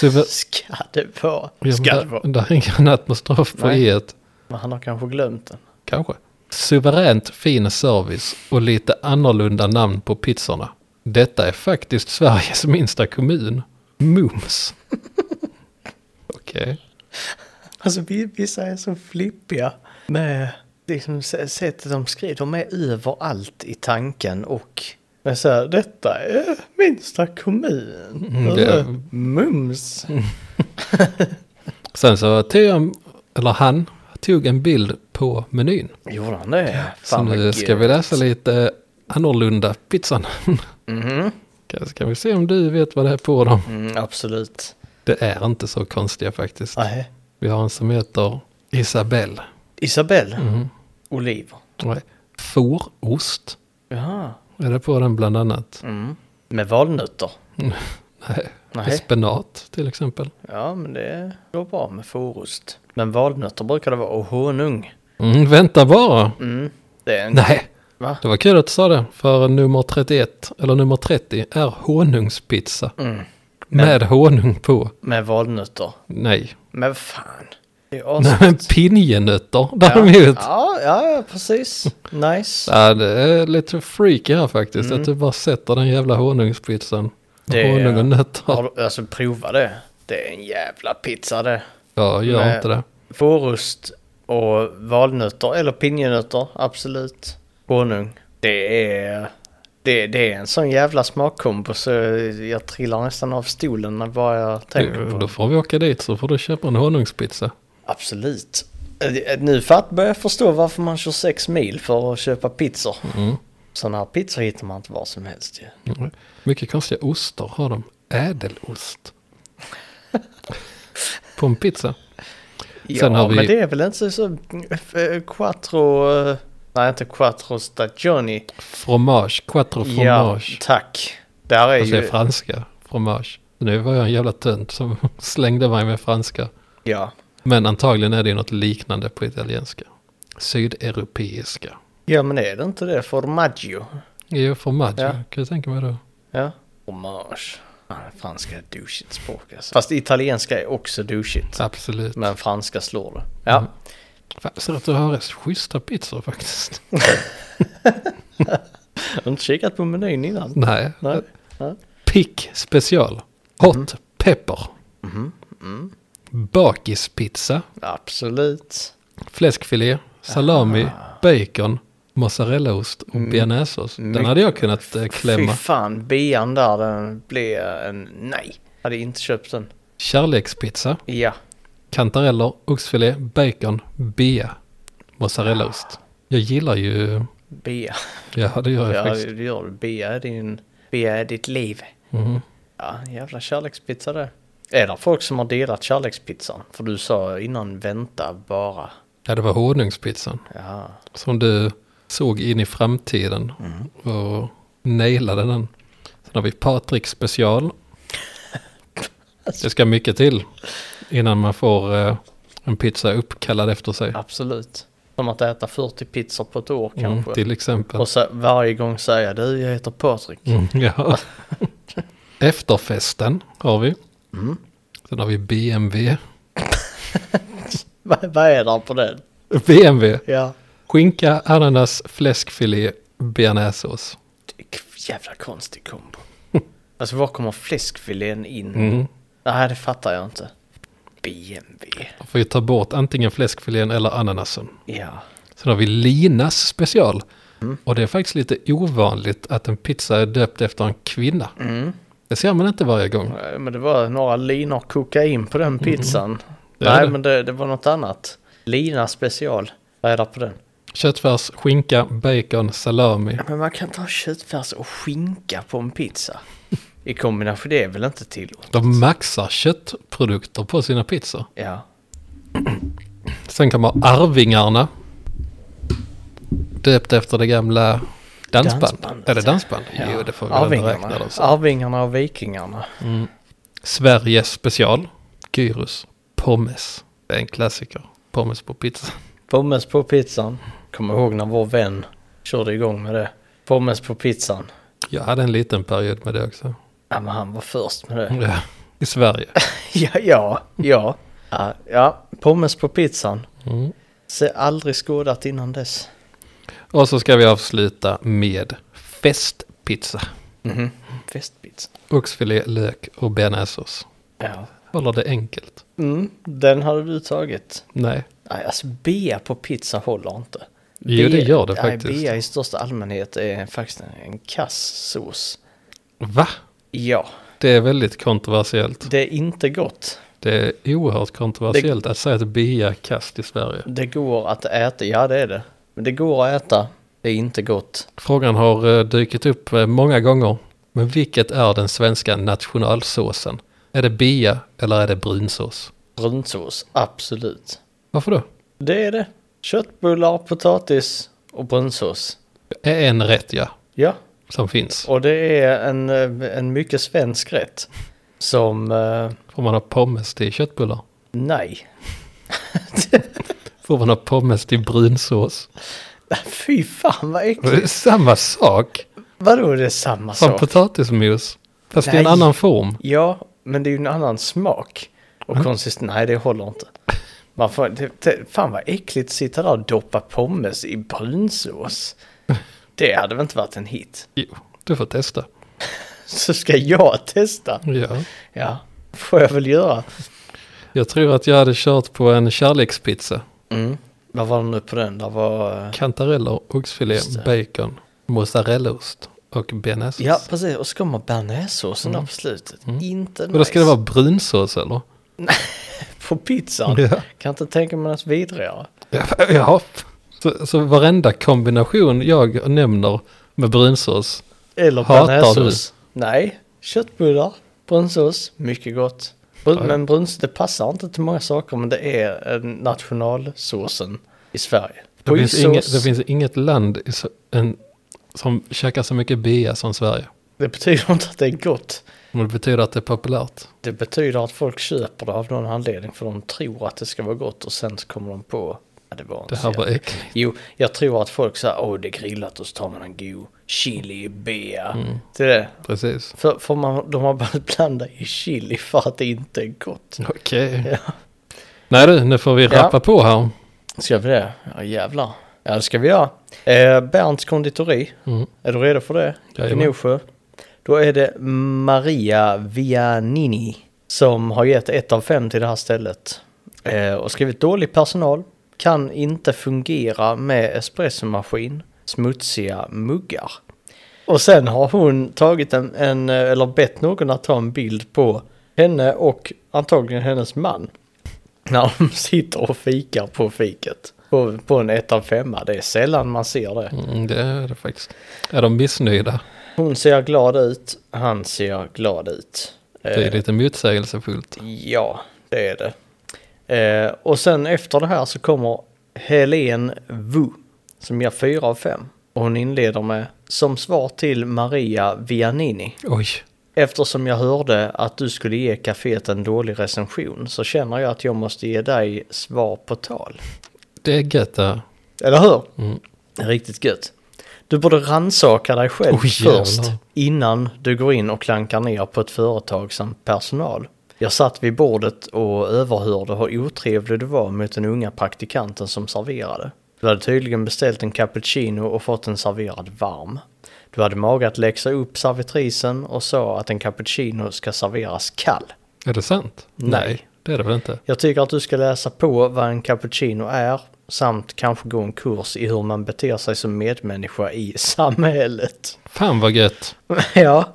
S1: Suver-
S2: Ska det vara.
S1: Ja, men
S2: Ska det
S1: där,
S2: vara.
S1: där är ingen apostrof på
S2: Nej.
S1: i
S2: Men han har kanske glömt den.
S1: Kanske. Suveränt fin service och lite annorlunda namn på pizzorna. Detta är faktiskt Sveriges minsta kommun. Mums. Okej.
S2: Alltså vi- vissa är så flippiga med liksom, sä- sättet de skriver. De är överallt i tanken och men så här, detta är minsta kommun. Alltså,
S1: Mm, det är-
S2: Mums.
S1: Sen så tog jag, eller han, tog en bild på menyn.
S2: Gjorde han det?
S1: Så nu
S2: vad
S1: ska
S2: gött.
S1: vi läsa lite annorlunda pizzan. Kanske kan vi se om du vet vad det är på dem.
S2: Mhm, Mm, absolut.
S1: Det är inte så konstiga faktiskt.
S2: Nej.
S1: Vi har en som heter Isabelle.
S2: Isabelle.
S1: Mm.
S2: Oliver.
S1: Nej. Fårost
S2: Jaha.
S1: är det på den bland annat.
S2: Mm. Med valnötter.
S1: Nej.
S2: Nej.
S1: Spenat till exempel.
S2: Ja, men det går bra med forost. Men valnötter brukar det vara och honung.
S1: Mm, vänta bara.
S2: Mm. Det är en...
S1: Nej,
S2: Va?
S1: det var kul att du sa det. För nummer 31, eller nummer 30, är honungspizza.
S2: Mm.
S1: Med honung på.
S2: Med valnötter.
S1: Nej.
S2: Men fan. Det är
S1: Nej,
S2: as-
S1: men pinjenötter däremot. Ja.
S2: Ja, ja, ja, precis. Nice.
S1: Ja, det är lite freaky här faktiskt. Att du bara sätter den jävla honungspizzan.
S2: Mm. Det-
S1: Honung och
S2: Har
S1: nötter.
S2: du, alltså prova det. Det är en jävla pizza det.
S1: Ja, gör
S2: Nej.
S1: inte det.
S2: Fårost och valnötter eller pinjenötter, absolut. Honung. Det är, det, det är en sån jävla smakkombo så jag trillar nästan av stolen när bara jag tänker på
S1: Då
S2: det.
S1: får vi åka dit så får du köpa en honungspizza.
S2: Absolut. Eh, Nu fatt börjar jag förstå varför man kör sex mil för att köpa pizzor. Sådana här pizzor hittar man inte var som helst ju.
S1: Mm. Mycket konstiga ostar har de. Ädelost. På en pizza.
S2: Ja,
S1: Sen har vi-
S2: men det är väl inte så... eh, Quattro... eh, Nej, inte quattro stagioni.
S1: Fromage, quattro
S2: Ja,
S1: fromage.
S2: tack. Där är
S1: alltså det är
S2: ju...
S1: franska, fromage. Nu var jag en jävla tönt som slängde mig med franska.
S2: Ja.
S1: Men antagligen är det ju något liknande på italienska. Sydeuropeiska.
S2: ja, men är det inte det? Formaggio.
S1: Jo, fromage
S2: Ja.
S1: kan jag tänka mig då.
S2: Ja. Fromage. Ja, franska är ett douchigt språk alltså. Fast italienska är också douchigt.
S1: Absolut.
S2: Men franska slår det. Ja,
S1: Mm. Fan, jag ser att du har rätt schyssta pizzor faktiskt.
S2: jag har inte kikat på menyn innan.
S1: Nej.
S2: Nej.
S1: Pick special. Hot
S2: Mhm. Mm.
S1: pepper. Bakispizza.
S2: Absolut.
S1: fläskfilé, salami,
S2: Ah.
S1: bacon, mozzarellaost och
S2: Mm.
S1: bearnaisesås. Den
S2: My-
S1: hade jag kunnat eh, klämma.
S2: Fy fan, bian där den blev en nej. Hade inte köpt den.
S1: Kärlekspizza,
S2: Ja,
S1: kantareller, oxfilé, bacon, bea, mozzarellaost. Jag gillar ju,
S2: bea.
S1: ja det gör jag
S2: Ja,
S1: faktiskt.
S2: det gör du. Bea är din, bea är ditt liv.
S1: Mhm.
S2: Ja, en jävla kärlekspizza det. Är det folk som har delat kärlekspizzan? För du sa innan vänta bara.
S1: Ja, det var honungspizzan
S2: Ja,
S1: som du såg in i framtiden och nailade den. Sen har vi Patrik special. Det ska mycket till innan man får eh, en pizza uppkallad efter sig.
S2: absolut. Som att äta 40 pizzor på ett år
S1: Mm,
S2: kanske.
S1: till exempel.
S2: Och så varje gång säga du, jag heter Patrik.
S1: Mm, ja. Efterfesten har vi.
S2: Mm.
S1: Sen har vi BMW.
S2: Vad vad är det på den?
S1: BMW.
S2: Ja.
S1: Skinka, ananas, fläskfilé, bearnaisesås.
S2: Det är k- Jävla konstig kombo. alltså var kommer fläskfilén in?
S1: Mm.
S2: Nej, det fattar jag inte. BMW.
S1: Man får ju ta bort antingen fläskfilén eller ananasen.
S2: Ja.
S1: Sen har vi Linas special.
S2: Mm.
S1: Och det är faktiskt lite ovanligt att en pizza är döpt efter en kvinna.
S2: Mm.
S1: Det ser man inte varje gång.
S2: Eh, Men det var några linor kokain på den pizzan.
S1: Mm. Det är
S2: Nej,
S1: det.
S2: men det, det var något annat. Lina special. Vad är det på den?
S1: Köttfärs, skinka, bacon, salami.
S2: Men man kan ta köttfärs och skinka på en pizza. I kombination, det är väl inte tillåtet?
S1: De maxar köttprodukter på sina pizzor.
S2: Ja.
S1: Sen kommer Arvingarna. Döpt efter det gamla dansband.
S2: Dansbandet.
S1: Är det dansband?
S2: ja.
S1: Jo, det får vi väl
S2: Arvingarna.
S1: räkna dem som.
S2: Arvingarna och vikingarna.
S1: Sverige special. Gyros. Pommes. Det är en klassiker. Pommes på pizza.
S2: Pommes på pizzan. Kommer ihåg när vår vän körde igång med det. Pommes på pizzan.
S1: Jag hade en liten period med det också.
S2: Ja, men han var först med det.
S1: Ja. I Sverige.
S2: Ja, ja, ja. Ja, ja. pommes på pizzan.
S1: Mm.
S2: Se aldrig skådat innan dess.
S1: Och så ska vi avsluta med festpizza.
S2: Mm-hmm. Festpizza.
S1: Oxfilé, lök och bearnaisesås.
S2: Ja.
S1: Håller det enkelt?
S2: Mm, den hade du tagit.
S1: Nej.
S2: Nej, alltså bea på pizza håller inte.
S1: Jo, det
S2: Bea-
S1: gör det
S2: nej,
S1: faktiskt.
S2: Bea i största allmänhet är faktiskt en kass sås.
S1: Va?
S2: Ja,
S1: Det är väldigt kontroversiellt.
S2: det är inte gott.
S1: Det är oerhört kontroversiellt att säga att bea är kast i Sverige.
S2: Det går att äta, ja det är det. Men det går att äta, det är inte gott.
S1: Frågan har eh, dykt upp eh, många gånger. Men vilket är den svenska nationalsåsen? Är det bea eller är det brunsås?
S2: Brunsås, absolut.
S1: Varför då?
S2: Det är det. Köttbullar, potatis och brunsås.
S1: Det är en rätt ja,
S2: Ja,
S1: som finns.
S2: och det är en, eh, en mycket svensk rätt. Som, eh,
S1: Får man ha pommes till köttbullar?
S2: nej.
S1: Får man ha pommes till brunsås?
S2: Fy fan vad
S1: Det är
S2: äckligt.
S1: samma sak
S2: Vadå det är samma
S1: som
S2: sak?
S1: potatismos. Fast i en
S2: Nej.
S1: annan form.
S2: Ja, men det är ju en annan smak.
S1: Mm.
S2: Och konsistens, nej det håller inte. Man får, det, det, fan vad äckligt att sitta där och doppa pommes i brunsås. Det hade väl inte varit en hit.
S1: Jo, du får testa.
S2: Så ska jag testa.
S1: Ja.
S2: Ja, får jag väl göra.
S1: Jag tror att jag hade kört på en kärlekspizza.
S2: Mm. Vad var det nu på den? Det var... eh,
S1: Kantareller, oxfilé,
S2: Just
S1: bacon, mozzarellaost och bearnaisesås.
S2: Ja, precis. Och så kommer bearnaisesåsen där på slutet. Inte
S1: Och då Mm. ska det
S2: nice.
S1: vara brunsås eller?
S2: På pizzan.
S1: Ja.
S2: Kan inte tänka mig något vidrigare.
S1: Ja. Så, så varenda kombination jag nämner med brunsås.
S2: Eller
S1: Hatar
S2: bearnaisesås. Nej, köttbullar, brunsås, mycket gott. Brun,
S1: Ja.
S2: Men brunsås, det passar inte till många saker, men det är eh, nationalsåsen i Sverige.
S1: Det finns,
S2: Poissås,
S1: inget, det finns inget land i, så- en, som käkar så mycket bea som Sverige.
S2: det betyder inte att det är gott.
S1: Men det betyder att det är populärt.
S2: Det betyder att folk köper det av någon anledning, för de tror att det ska vara gott och sen så kommer de på att det var inte
S1: Det
S2: så
S1: här var
S2: jävla-
S1: äckligt.
S2: Jo, jag tror att folk säger åh det är grillat och så tar man en god chili bea.
S1: Mm.
S2: Det är det.
S1: Precis.
S2: För, för man, de har börjat blanda i chili för att det inte är gott.
S1: Okej. Nej du, nu får vi
S2: Ja.
S1: rappa på här.
S2: Ska vi det? Ja jävlar. Ja det ska vi göra. Eh, Bernts konditori.
S1: Mm.
S2: Är du redo för det?
S1: Jajamän.
S2: Gnosjö. Då är det Maria Vianini som har gett ett av fem till det här stället. Eh, och skrivit dålig personal, Kan inte fungera med espressomaskin. Smutsiga muggar. Och sen har hon tagit en, en, eh, eller bett någon att ta en bild på henne och antagligen hennes man. När de sitter och fikar på fiket. På, på en ettan femma, det är sällan man ser det.
S1: Mm, det är det faktiskt. Är de missnöjda?
S2: Hon ser glad ut, han ser glad ut.
S1: Det är
S2: Eh,
S1: lite motsägelsefullt.
S2: Ja, det är det. Eh, och sen efter det här så kommer Helen Wu som ger 4 av 5. Och hon inleder med som svar till Maria Vianini.
S1: Oj,
S2: Eftersom jag hörde att du skulle ge kaféet en dålig recension så känner jag att jag måste ge dig svar på tal.
S1: det är gött det.
S2: Eller hur?
S1: Mm.
S2: Riktigt gött. Du borde rannsaka dig själv
S1: Oj, jävlar.
S2: först innan du går in och klankar ner på ett företag samt personal. Jag satt vid bordet och överhörde hur otrevlig du var mot den unga praktikanten som serverade. Du hade tydligen beställt en cappuccino och fått den serverad varm. Du hade mage att läxa upp servitrisen och sa att en cappuccino ska serveras kall.
S1: Är det sant?
S2: Nej.
S1: Det är det väl inte?
S2: Jag tycker att du ska läsa på vad en cappuccino är samt kanske gå en kurs i hur man beter sig som medmänniska i samhället.
S1: Fan vad gött.
S2: ja,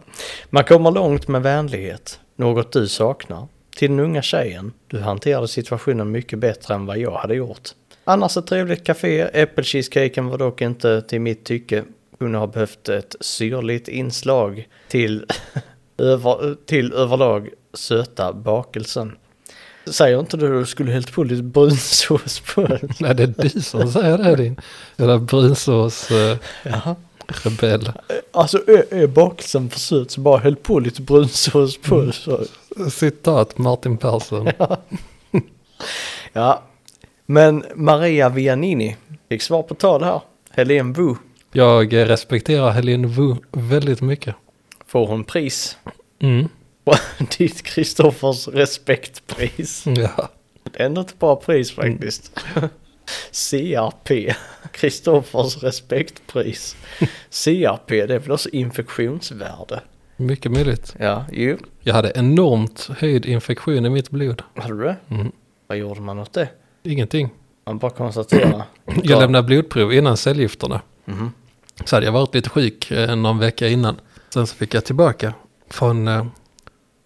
S2: man kommer långt med vänlighet, något du saknar. Till den unga tjejen, du hanterade situationen mycket bättre än vad jag hade gjort. Annars ett trevligt café, äppelcheesecaken var dock inte till mitt tycke. Kunde ha behövt ett syrligt inslag till, över, till överlag söta bakelsen. Säger inte du att du skulle hällt på lite brunsås på den?
S1: Nej, det är du som säger det din. Eller brunsås eh,
S2: Jaha.
S1: rebell.
S2: Alltså är, är bakelsen för söt så bara häll på lite brunsås på den. så-
S1: Citat Martin Persson.
S2: Ja, men Maria Vianini fick svar på tal här. Helene Wu
S1: Jag eh, respekterar Helene Wu väldigt mycket.
S2: får hon pris.
S1: Mm.
S2: Ditt Kristoffers respektpris.
S1: Ja.
S2: Det är ändå ett bra pris faktiskt. CRP, Kristoffers respektpris. CRP, det är väl också infektionsvärde?
S1: Mycket möjligt.
S2: Ja, ju.
S1: Jag hade enormt höjd infektion i mitt blod.
S2: Hade du det? Vad gjorde man åt det?
S1: Ingenting.
S2: Man bara konstaterar.
S1: Jag lämnade blodprov innan cellgifterna. Så hade jag varit lite sjuk eh, någon vecka innan. Sen så fick jag tillbaka från eh,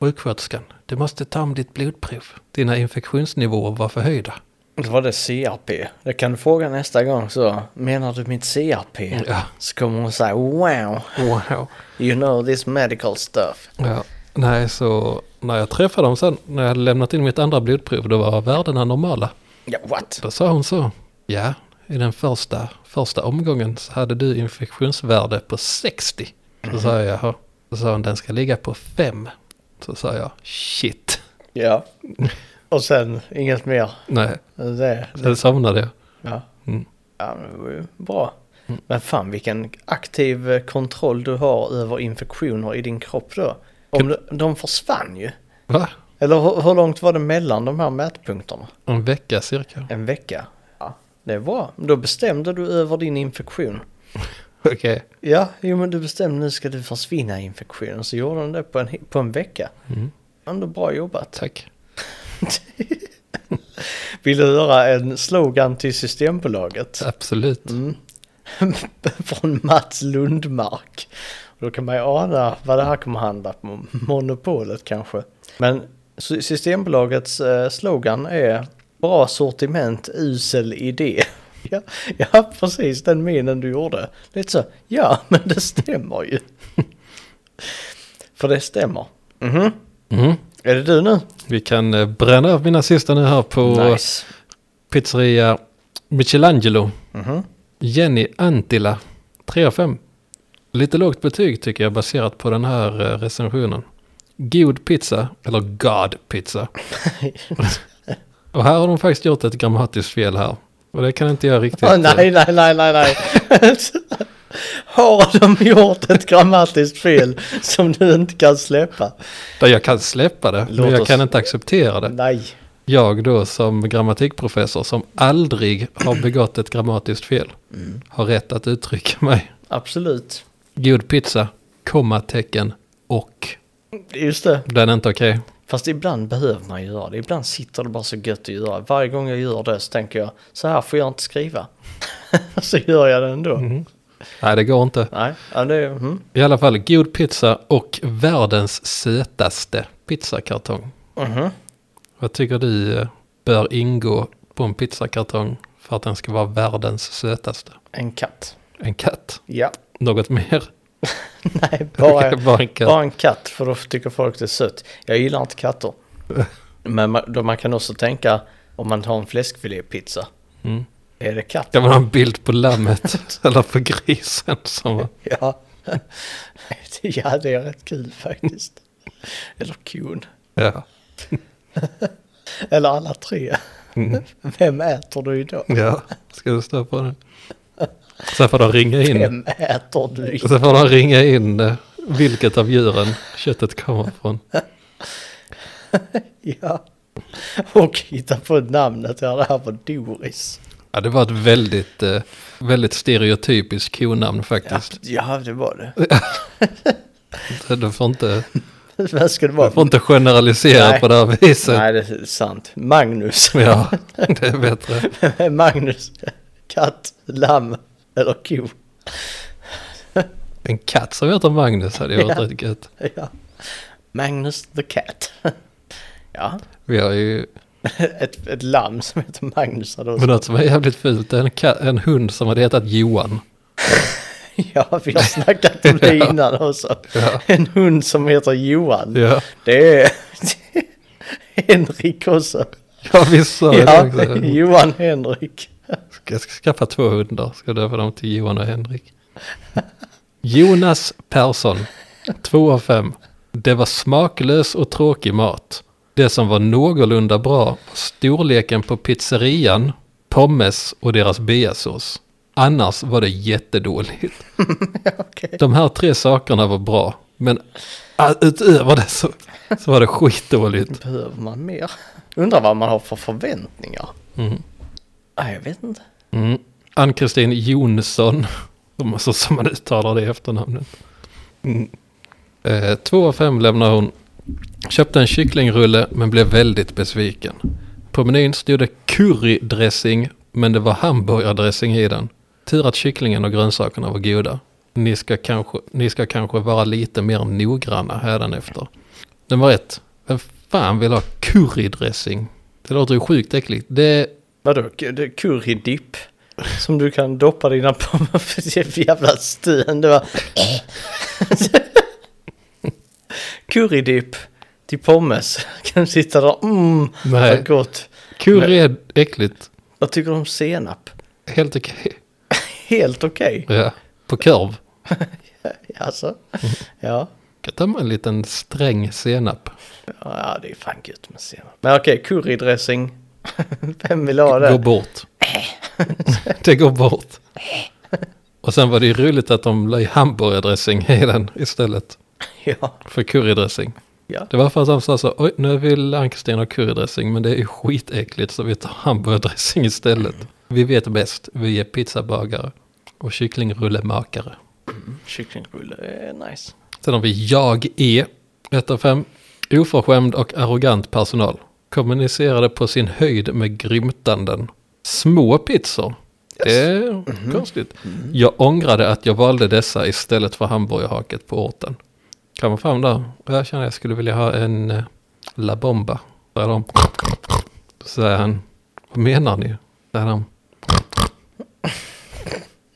S1: sjuksköterskan. Du måste ta om ditt blodprov. Dina infektionsnivåer var förhöjda.
S2: Det var det CRP. Det kan du fråga nästa gång så. Menar du mitt CRP?
S1: Ja.
S2: Så kommer hon säga wow,
S1: Wow.
S2: you know this medical stuff.
S1: Ja. Nej, så när jag träffade dem sen, när jag hade lämnat in mitt andra blodprov, då var värdena normala.
S2: Ja, what?
S1: Då sa hon så. Ja, i den första, första omgången så hade du infektionsvärde på 60. Så sa jag jaha. Så sa hon den ska ligga på 5. Så sa jag shit.
S2: Ja. Och sen inget mer.
S1: Nej,
S2: Det,
S1: sen somnade jag.
S2: ja.
S1: Mm.
S2: ja, men det var ju bra. Men fan vilken aktiv eh, kontroll du har över infektioner i din kropp då. Om
S1: Typ.
S2: du, de försvann ju.
S1: Va?
S2: Eller hur, hur långt var det mellan de här mätpunkterna?
S1: En vecka cirka.
S2: En vecka? Ja, det är bra. Då bestämde du över din infektion.
S1: Okej.
S2: Ja, jo men du bestämde nu ska du försvinna i infektionen. Så gjorde de det på en, på en vecka. Ändå bra jobbat.
S1: Tack.
S2: Vill du höra en slogan till Systembolaget?
S1: Absolut.
S2: Från Mats Lundmark. Då kan man ju ana vad det här kommer handla om. Monopolet kanske. Men Sy- Systembolagets eh, slogan är bra sortiment, usel idé. Ja, ja, precis den minen du gjorde. Lite så, ja men det stämmer ju. För det stämmer. Mhm.
S1: Mhm.
S2: Är det du nu?
S1: Vi kan eh, bränna av mina sista nu här på
S2: Nice.
S1: pizzeria Michelangelo.
S2: Mhm.
S1: Jenny Antila, 3 av 5. Lite lågt betyg tycker jag baserat på den här eh, recensionen. God pizza, eller God pizza. och här har de faktiskt gjort ett grammatiskt fel här. Och det kan inte jag riktigt...
S2: Åh, nej, nej, nej, nej, nej. Har de gjort ett grammatiskt fel som du inte kan släppa?
S1: Där eh, jag kan släppa det,
S2: Låt
S1: men jag
S2: oss-
S1: kan inte acceptera det.
S2: Nej.
S1: Jag då som grammatikprofessor som aldrig har begått ett grammatiskt fel
S2: Mm.
S1: har rätt att uttrycka mig.
S2: Absolut.
S1: God pizza, kommatecken och.
S2: Just det.
S1: Den är inte okej.
S2: Fast ibland behöver man göra det. Ibland sitter det bara så gött att göra. Varje gång jag gör det så tänker jag, så här får jag inte skriva. så gör jag det ändå.
S1: Nej, det går inte.
S2: Nej, ja, det, mm.
S1: I alla fall, god pizza och världens sötaste pizzakartong.
S2: Mhm.
S1: Vad tycker du eh, bör ingå på en pizzakartong för att den ska vara världens sötaste?
S2: En katt.
S1: En katt?
S2: Ja.
S1: Något mer?
S2: Nej, bara,
S1: Bara en katt.
S2: bara en katt för då tycker folk det är sött. Jag gillar inte katter. Men man, då man kan också tänka om man tar en fläskfilépizza.
S1: Mm.
S2: Är det katt?
S1: Kan man ha en bild på lammet eller på grisen? Som,
S2: Ja. ja, det är rätt kul faktiskt. Eller kon.
S1: ja.
S2: Eller alla tre.
S1: Mm.
S2: Vem äter du idag?
S1: ja, ska du stå på det? Sen får de ringa in,
S2: Vem äter du idag?
S1: sen får de ringa in eh, vilket av djuren köttet kommer från.
S2: Ja. Och hitta på namnet. Ja, det här var Doris.
S1: Ja, det var ett väldigt, eh, väldigt stereotypiskt konamn faktiskt.
S2: Ja, det var det.
S1: Du får inte,
S2: Vad ska det
S1: du får
S2: vara?
S1: inte generalisera
S2: Nej.
S1: på det här viset.
S2: Nej, det är sant. Magnus.
S1: Ja, det är bättre.
S2: Magnus. Katt, lamm eller ko.
S1: En katt som heter Magnus hade ju varit
S2: Ja.
S1: rätt gött.
S2: Ja. Magnus the Cat. Ja,
S1: Vi har ju
S2: ett, ett lamm som heter Magnus hade
S1: men
S2: också.
S1: något som är jävligt fult. är En, katt, en hund som hade hetat Johan.
S2: Ja, vi har snackat om det
S1: Ja.
S2: innan också.
S1: Ja.
S2: En hund som heter Johan.
S1: Ja,
S2: Det är Henrik också.
S1: ja visst sa jag
S2: Ja,
S1: det också.
S2: Johan Henrik.
S1: Ska, ska skaffa två hundar. Ska döpa dem till Johan och Henrik. Jonas Persson. Två av fem. Det var smaklös och tråkig mat. Det som var någorlunda bra var storleken på pizzerian, pommes och deras beasås. Annars var det jättedåligt.
S2: Okej.
S1: De här tre sakerna var bra, men all- utöver det så, så var det skitdåligt.
S2: Behöver man mer? Undrar vad man har för förväntningar.
S1: Mm.
S2: Nej, jag vet inte.
S1: Mm. Ann-Kristin Jonsson, som- så som man uttalar det i efternamnet. Mm. Eh, två av fem lämnar hon. Köpte en kycklingrulle men blev väldigt besviken. På menyn stod det currydressing men det var hamburgardressing i den. Tur att kycklingen och grönsakerna var goda. Ni ska kanske, ni ska kanske vara lite mer noggranna hädanefter. Nummer ett. Vem fan vill ha currydressing? Det låter ju sjukt äckligt. Det
S2: Vadå, k- det är currydipp? Som du kan doppa dina pommes för det är för jävla stön. Det var... currydipp till pommes. Kan du sitta där? Mm,
S1: Nej.
S2: vad gott.
S1: Curry är äckligt.
S2: Vad tycker du om senap?
S1: Helt okej.
S2: Helt okej.
S1: Ja. På kurv.
S2: Alltså, ja.
S1: Kan ta med en liten sträng senap.
S2: Ja, det är fan gött med senap. Men okej, currydressing. Vem vill ha
S1: Går
S2: det?
S1: bort. Det går bort. Och sen var det ju roligt att de la i hamburgardressing i den istället.
S2: Ja,
S1: För currydressing.
S2: ja.
S1: Det var för att de sa så, oj nu vill Ann-Kristin ha currydressing men det är ju skitäckligt så vi tar hamburgardressing istället. Vi vet bäst, vi är pizzabagare och kycklingrullemakare.
S2: Kycklingrulle är nice.
S1: Sen har vi Jag är 1 av 5. Oförskämd och arrogant personal. Kommunicerade på sin höjd med grymtanden. Små pizzor. Det är konstigt. Jag ångrade att jag valde dessa istället för hamburgerhaket på orten. Kan man fram där? Jag känner att jag skulle vilja ha en eh, La Bomba. Där de. Då säger han. Vad menar ni? Där de.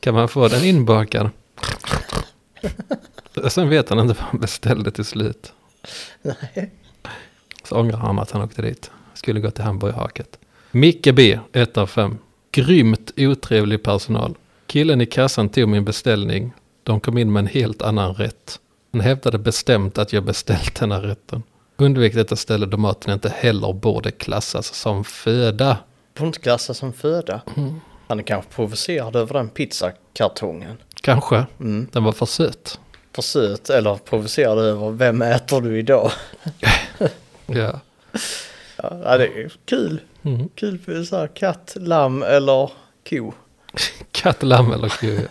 S1: Kan man få den inbakad? Sen vet han inte vad han beställde till slut.
S2: Nej.
S1: Så ångrar han att han åkte dit. Skulle gå till hamburgerhaket. Micke B, 1 av 5. Grymt otrevlig personal. Killen i kassan tog min beställning. De kom in med en helt annan rätt. Han hävdade bestämt att jag beställt denna rätten. Undvek detta ställe då maten inte heller borde klassas som föda.
S2: Får inte klassa som föda.
S1: Mm.
S2: Han är kanske provocerad över den pizzakartongen.
S1: Kanske. Den var för söt.
S2: För söt eller provocerad över vem äter du idag?
S1: Ja.
S2: Ja, det är kul.
S1: Mm.
S2: Kul för så här katt, lamm eller ko.
S1: Katt, lamm eller ko.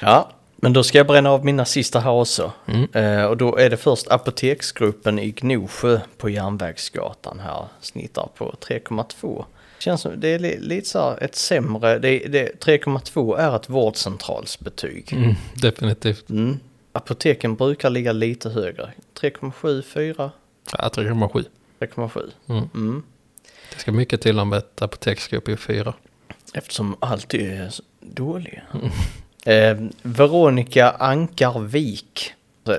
S2: Ja, Men då ska jag bränna av mina sista här också.
S1: Mm.
S2: Eh, och då är det först Apoteksgruppen i Gnosjö på Järnvägsgatan här. Snittar på 3,2. Känns som det är li, lite så här ett sämre. Det, det, 3,2 är ett vårdcentralsbetyg.
S1: Mm, definitivt.
S2: Mm. Apoteken brukar ligga lite högre. 3,7, 4,
S1: Ja, 3,7.
S2: 3,7.
S1: Mm.
S2: Mm.
S1: Det ska mycket till om ett apotek ska upp i fyra.
S2: Eftersom allt är så dåliga. Eh, Veronica Ankarvik.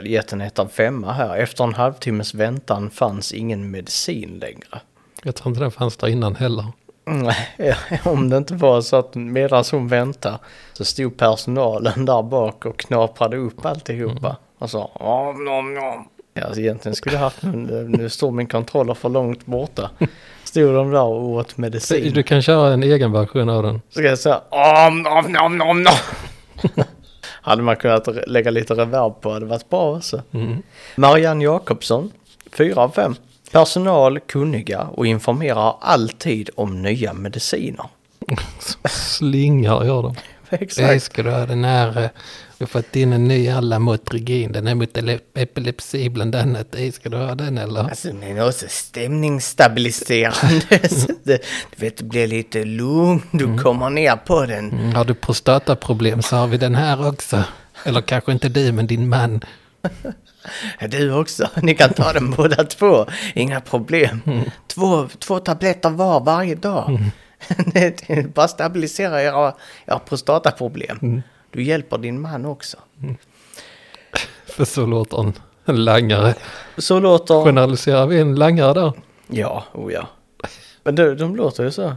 S2: Gett en etta femma här. Efter en halvtimmes väntan fanns ingen medicin längre.
S1: Jag tror inte den fanns där innan heller.
S2: Nej, Om det inte var så att medan hon väntade så stod personalen där bak och knaprade upp alltihopa. Och sa om, om, om. Alltså, egentligen skulle jag haft, men eh, nu står min kontroller för långt borta. Stod de där och åt medicin.
S1: Du kan köra en egen version av den.
S2: Så kan jag säga om, om, om, om, om. hade man kunnat re- lägga lite reverb på hade det varit bra också. Marianne Jakobsson, 4 av 5. Personal, kunniga och informerar alltid om nya mediciner.
S1: Slingar gör den. Det
S2: Exakt.
S1: ska du ha den här. eh, Du har fått in en ny Alamotrigin. Den är mot ele- epilepsi bland annat. Det ska du ha den eller?
S2: Alltså men också stämningsstabiliserande. Så det, du vet, det blir lite lugn, du kommer ner på den.
S1: Mm, har du prostataproblem så har vi den här också. Eller kanske inte du men din man.
S2: Du också, ni kan ta dem båda två. Inga problem. Två, två tabletter var varje dag. Det är Bara stabilisera era, era prostataproblem. Du hjälper din man också.
S1: För så låter en, en langare.
S2: Så låter...
S1: Generaliserar vi en langare där?
S2: Ja, oh ja. Men du, de låter ju så.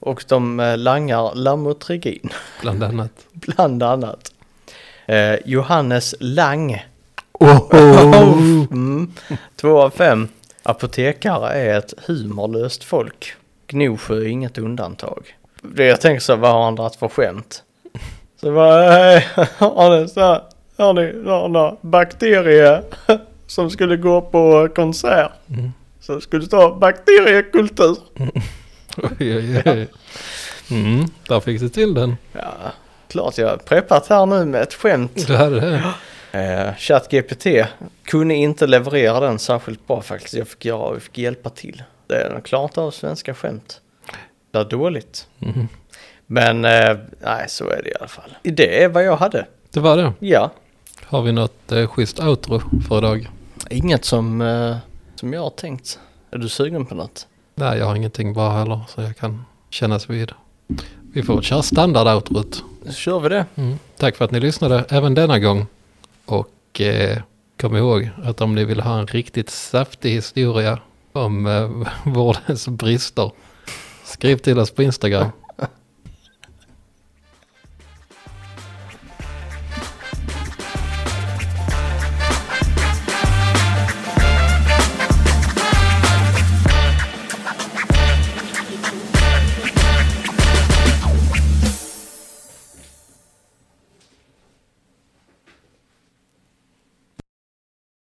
S2: Och de eh, langar Lamotrigin,
S1: Bland annat.
S2: bland annat. Eh, Johannes Lang,
S1: Oho!
S2: Mm. Två av fem. Apotekare är ett humorlöst folk. Gnosjö är inget undantag. Det jag tänker så, vad har han dragit för skämt? Så bara, hej, har ni så här, har ni några bakterier som skulle gå på konsert? Som skulle ta bakteriekultur?
S1: Oj, oj, oj. Mm, där fick du till den.
S2: Ja, klart jag har preppat här nu med ett skämt.
S1: Du hade det.
S2: Eh, ChatGPT kunde inte leverera den särskilt bra faktiskt. Jag fick, göra, jag fick hjälpa till. Det är nog klart av svenska skämt. Det är dåligt. Men eh, nej, så är det i alla fall. Det är vad jag hade.
S1: Det var det.
S2: Ja,
S1: Har vi något eh, schysst outro för idag?
S2: inget som, eh, som jag har tänkt. Är du sugen på något?
S1: Nej, jag har ingenting bra heller så jag kan kännas vid. Vi får köra standard-outrot.
S2: Så kör vi det.
S1: Mm. Tack för att ni lyssnade även denna gång. Och eh, kom ihåg att om ni vill ha en riktigt saftig historia om eh, vårdens brister, skriv till oss på Instagram.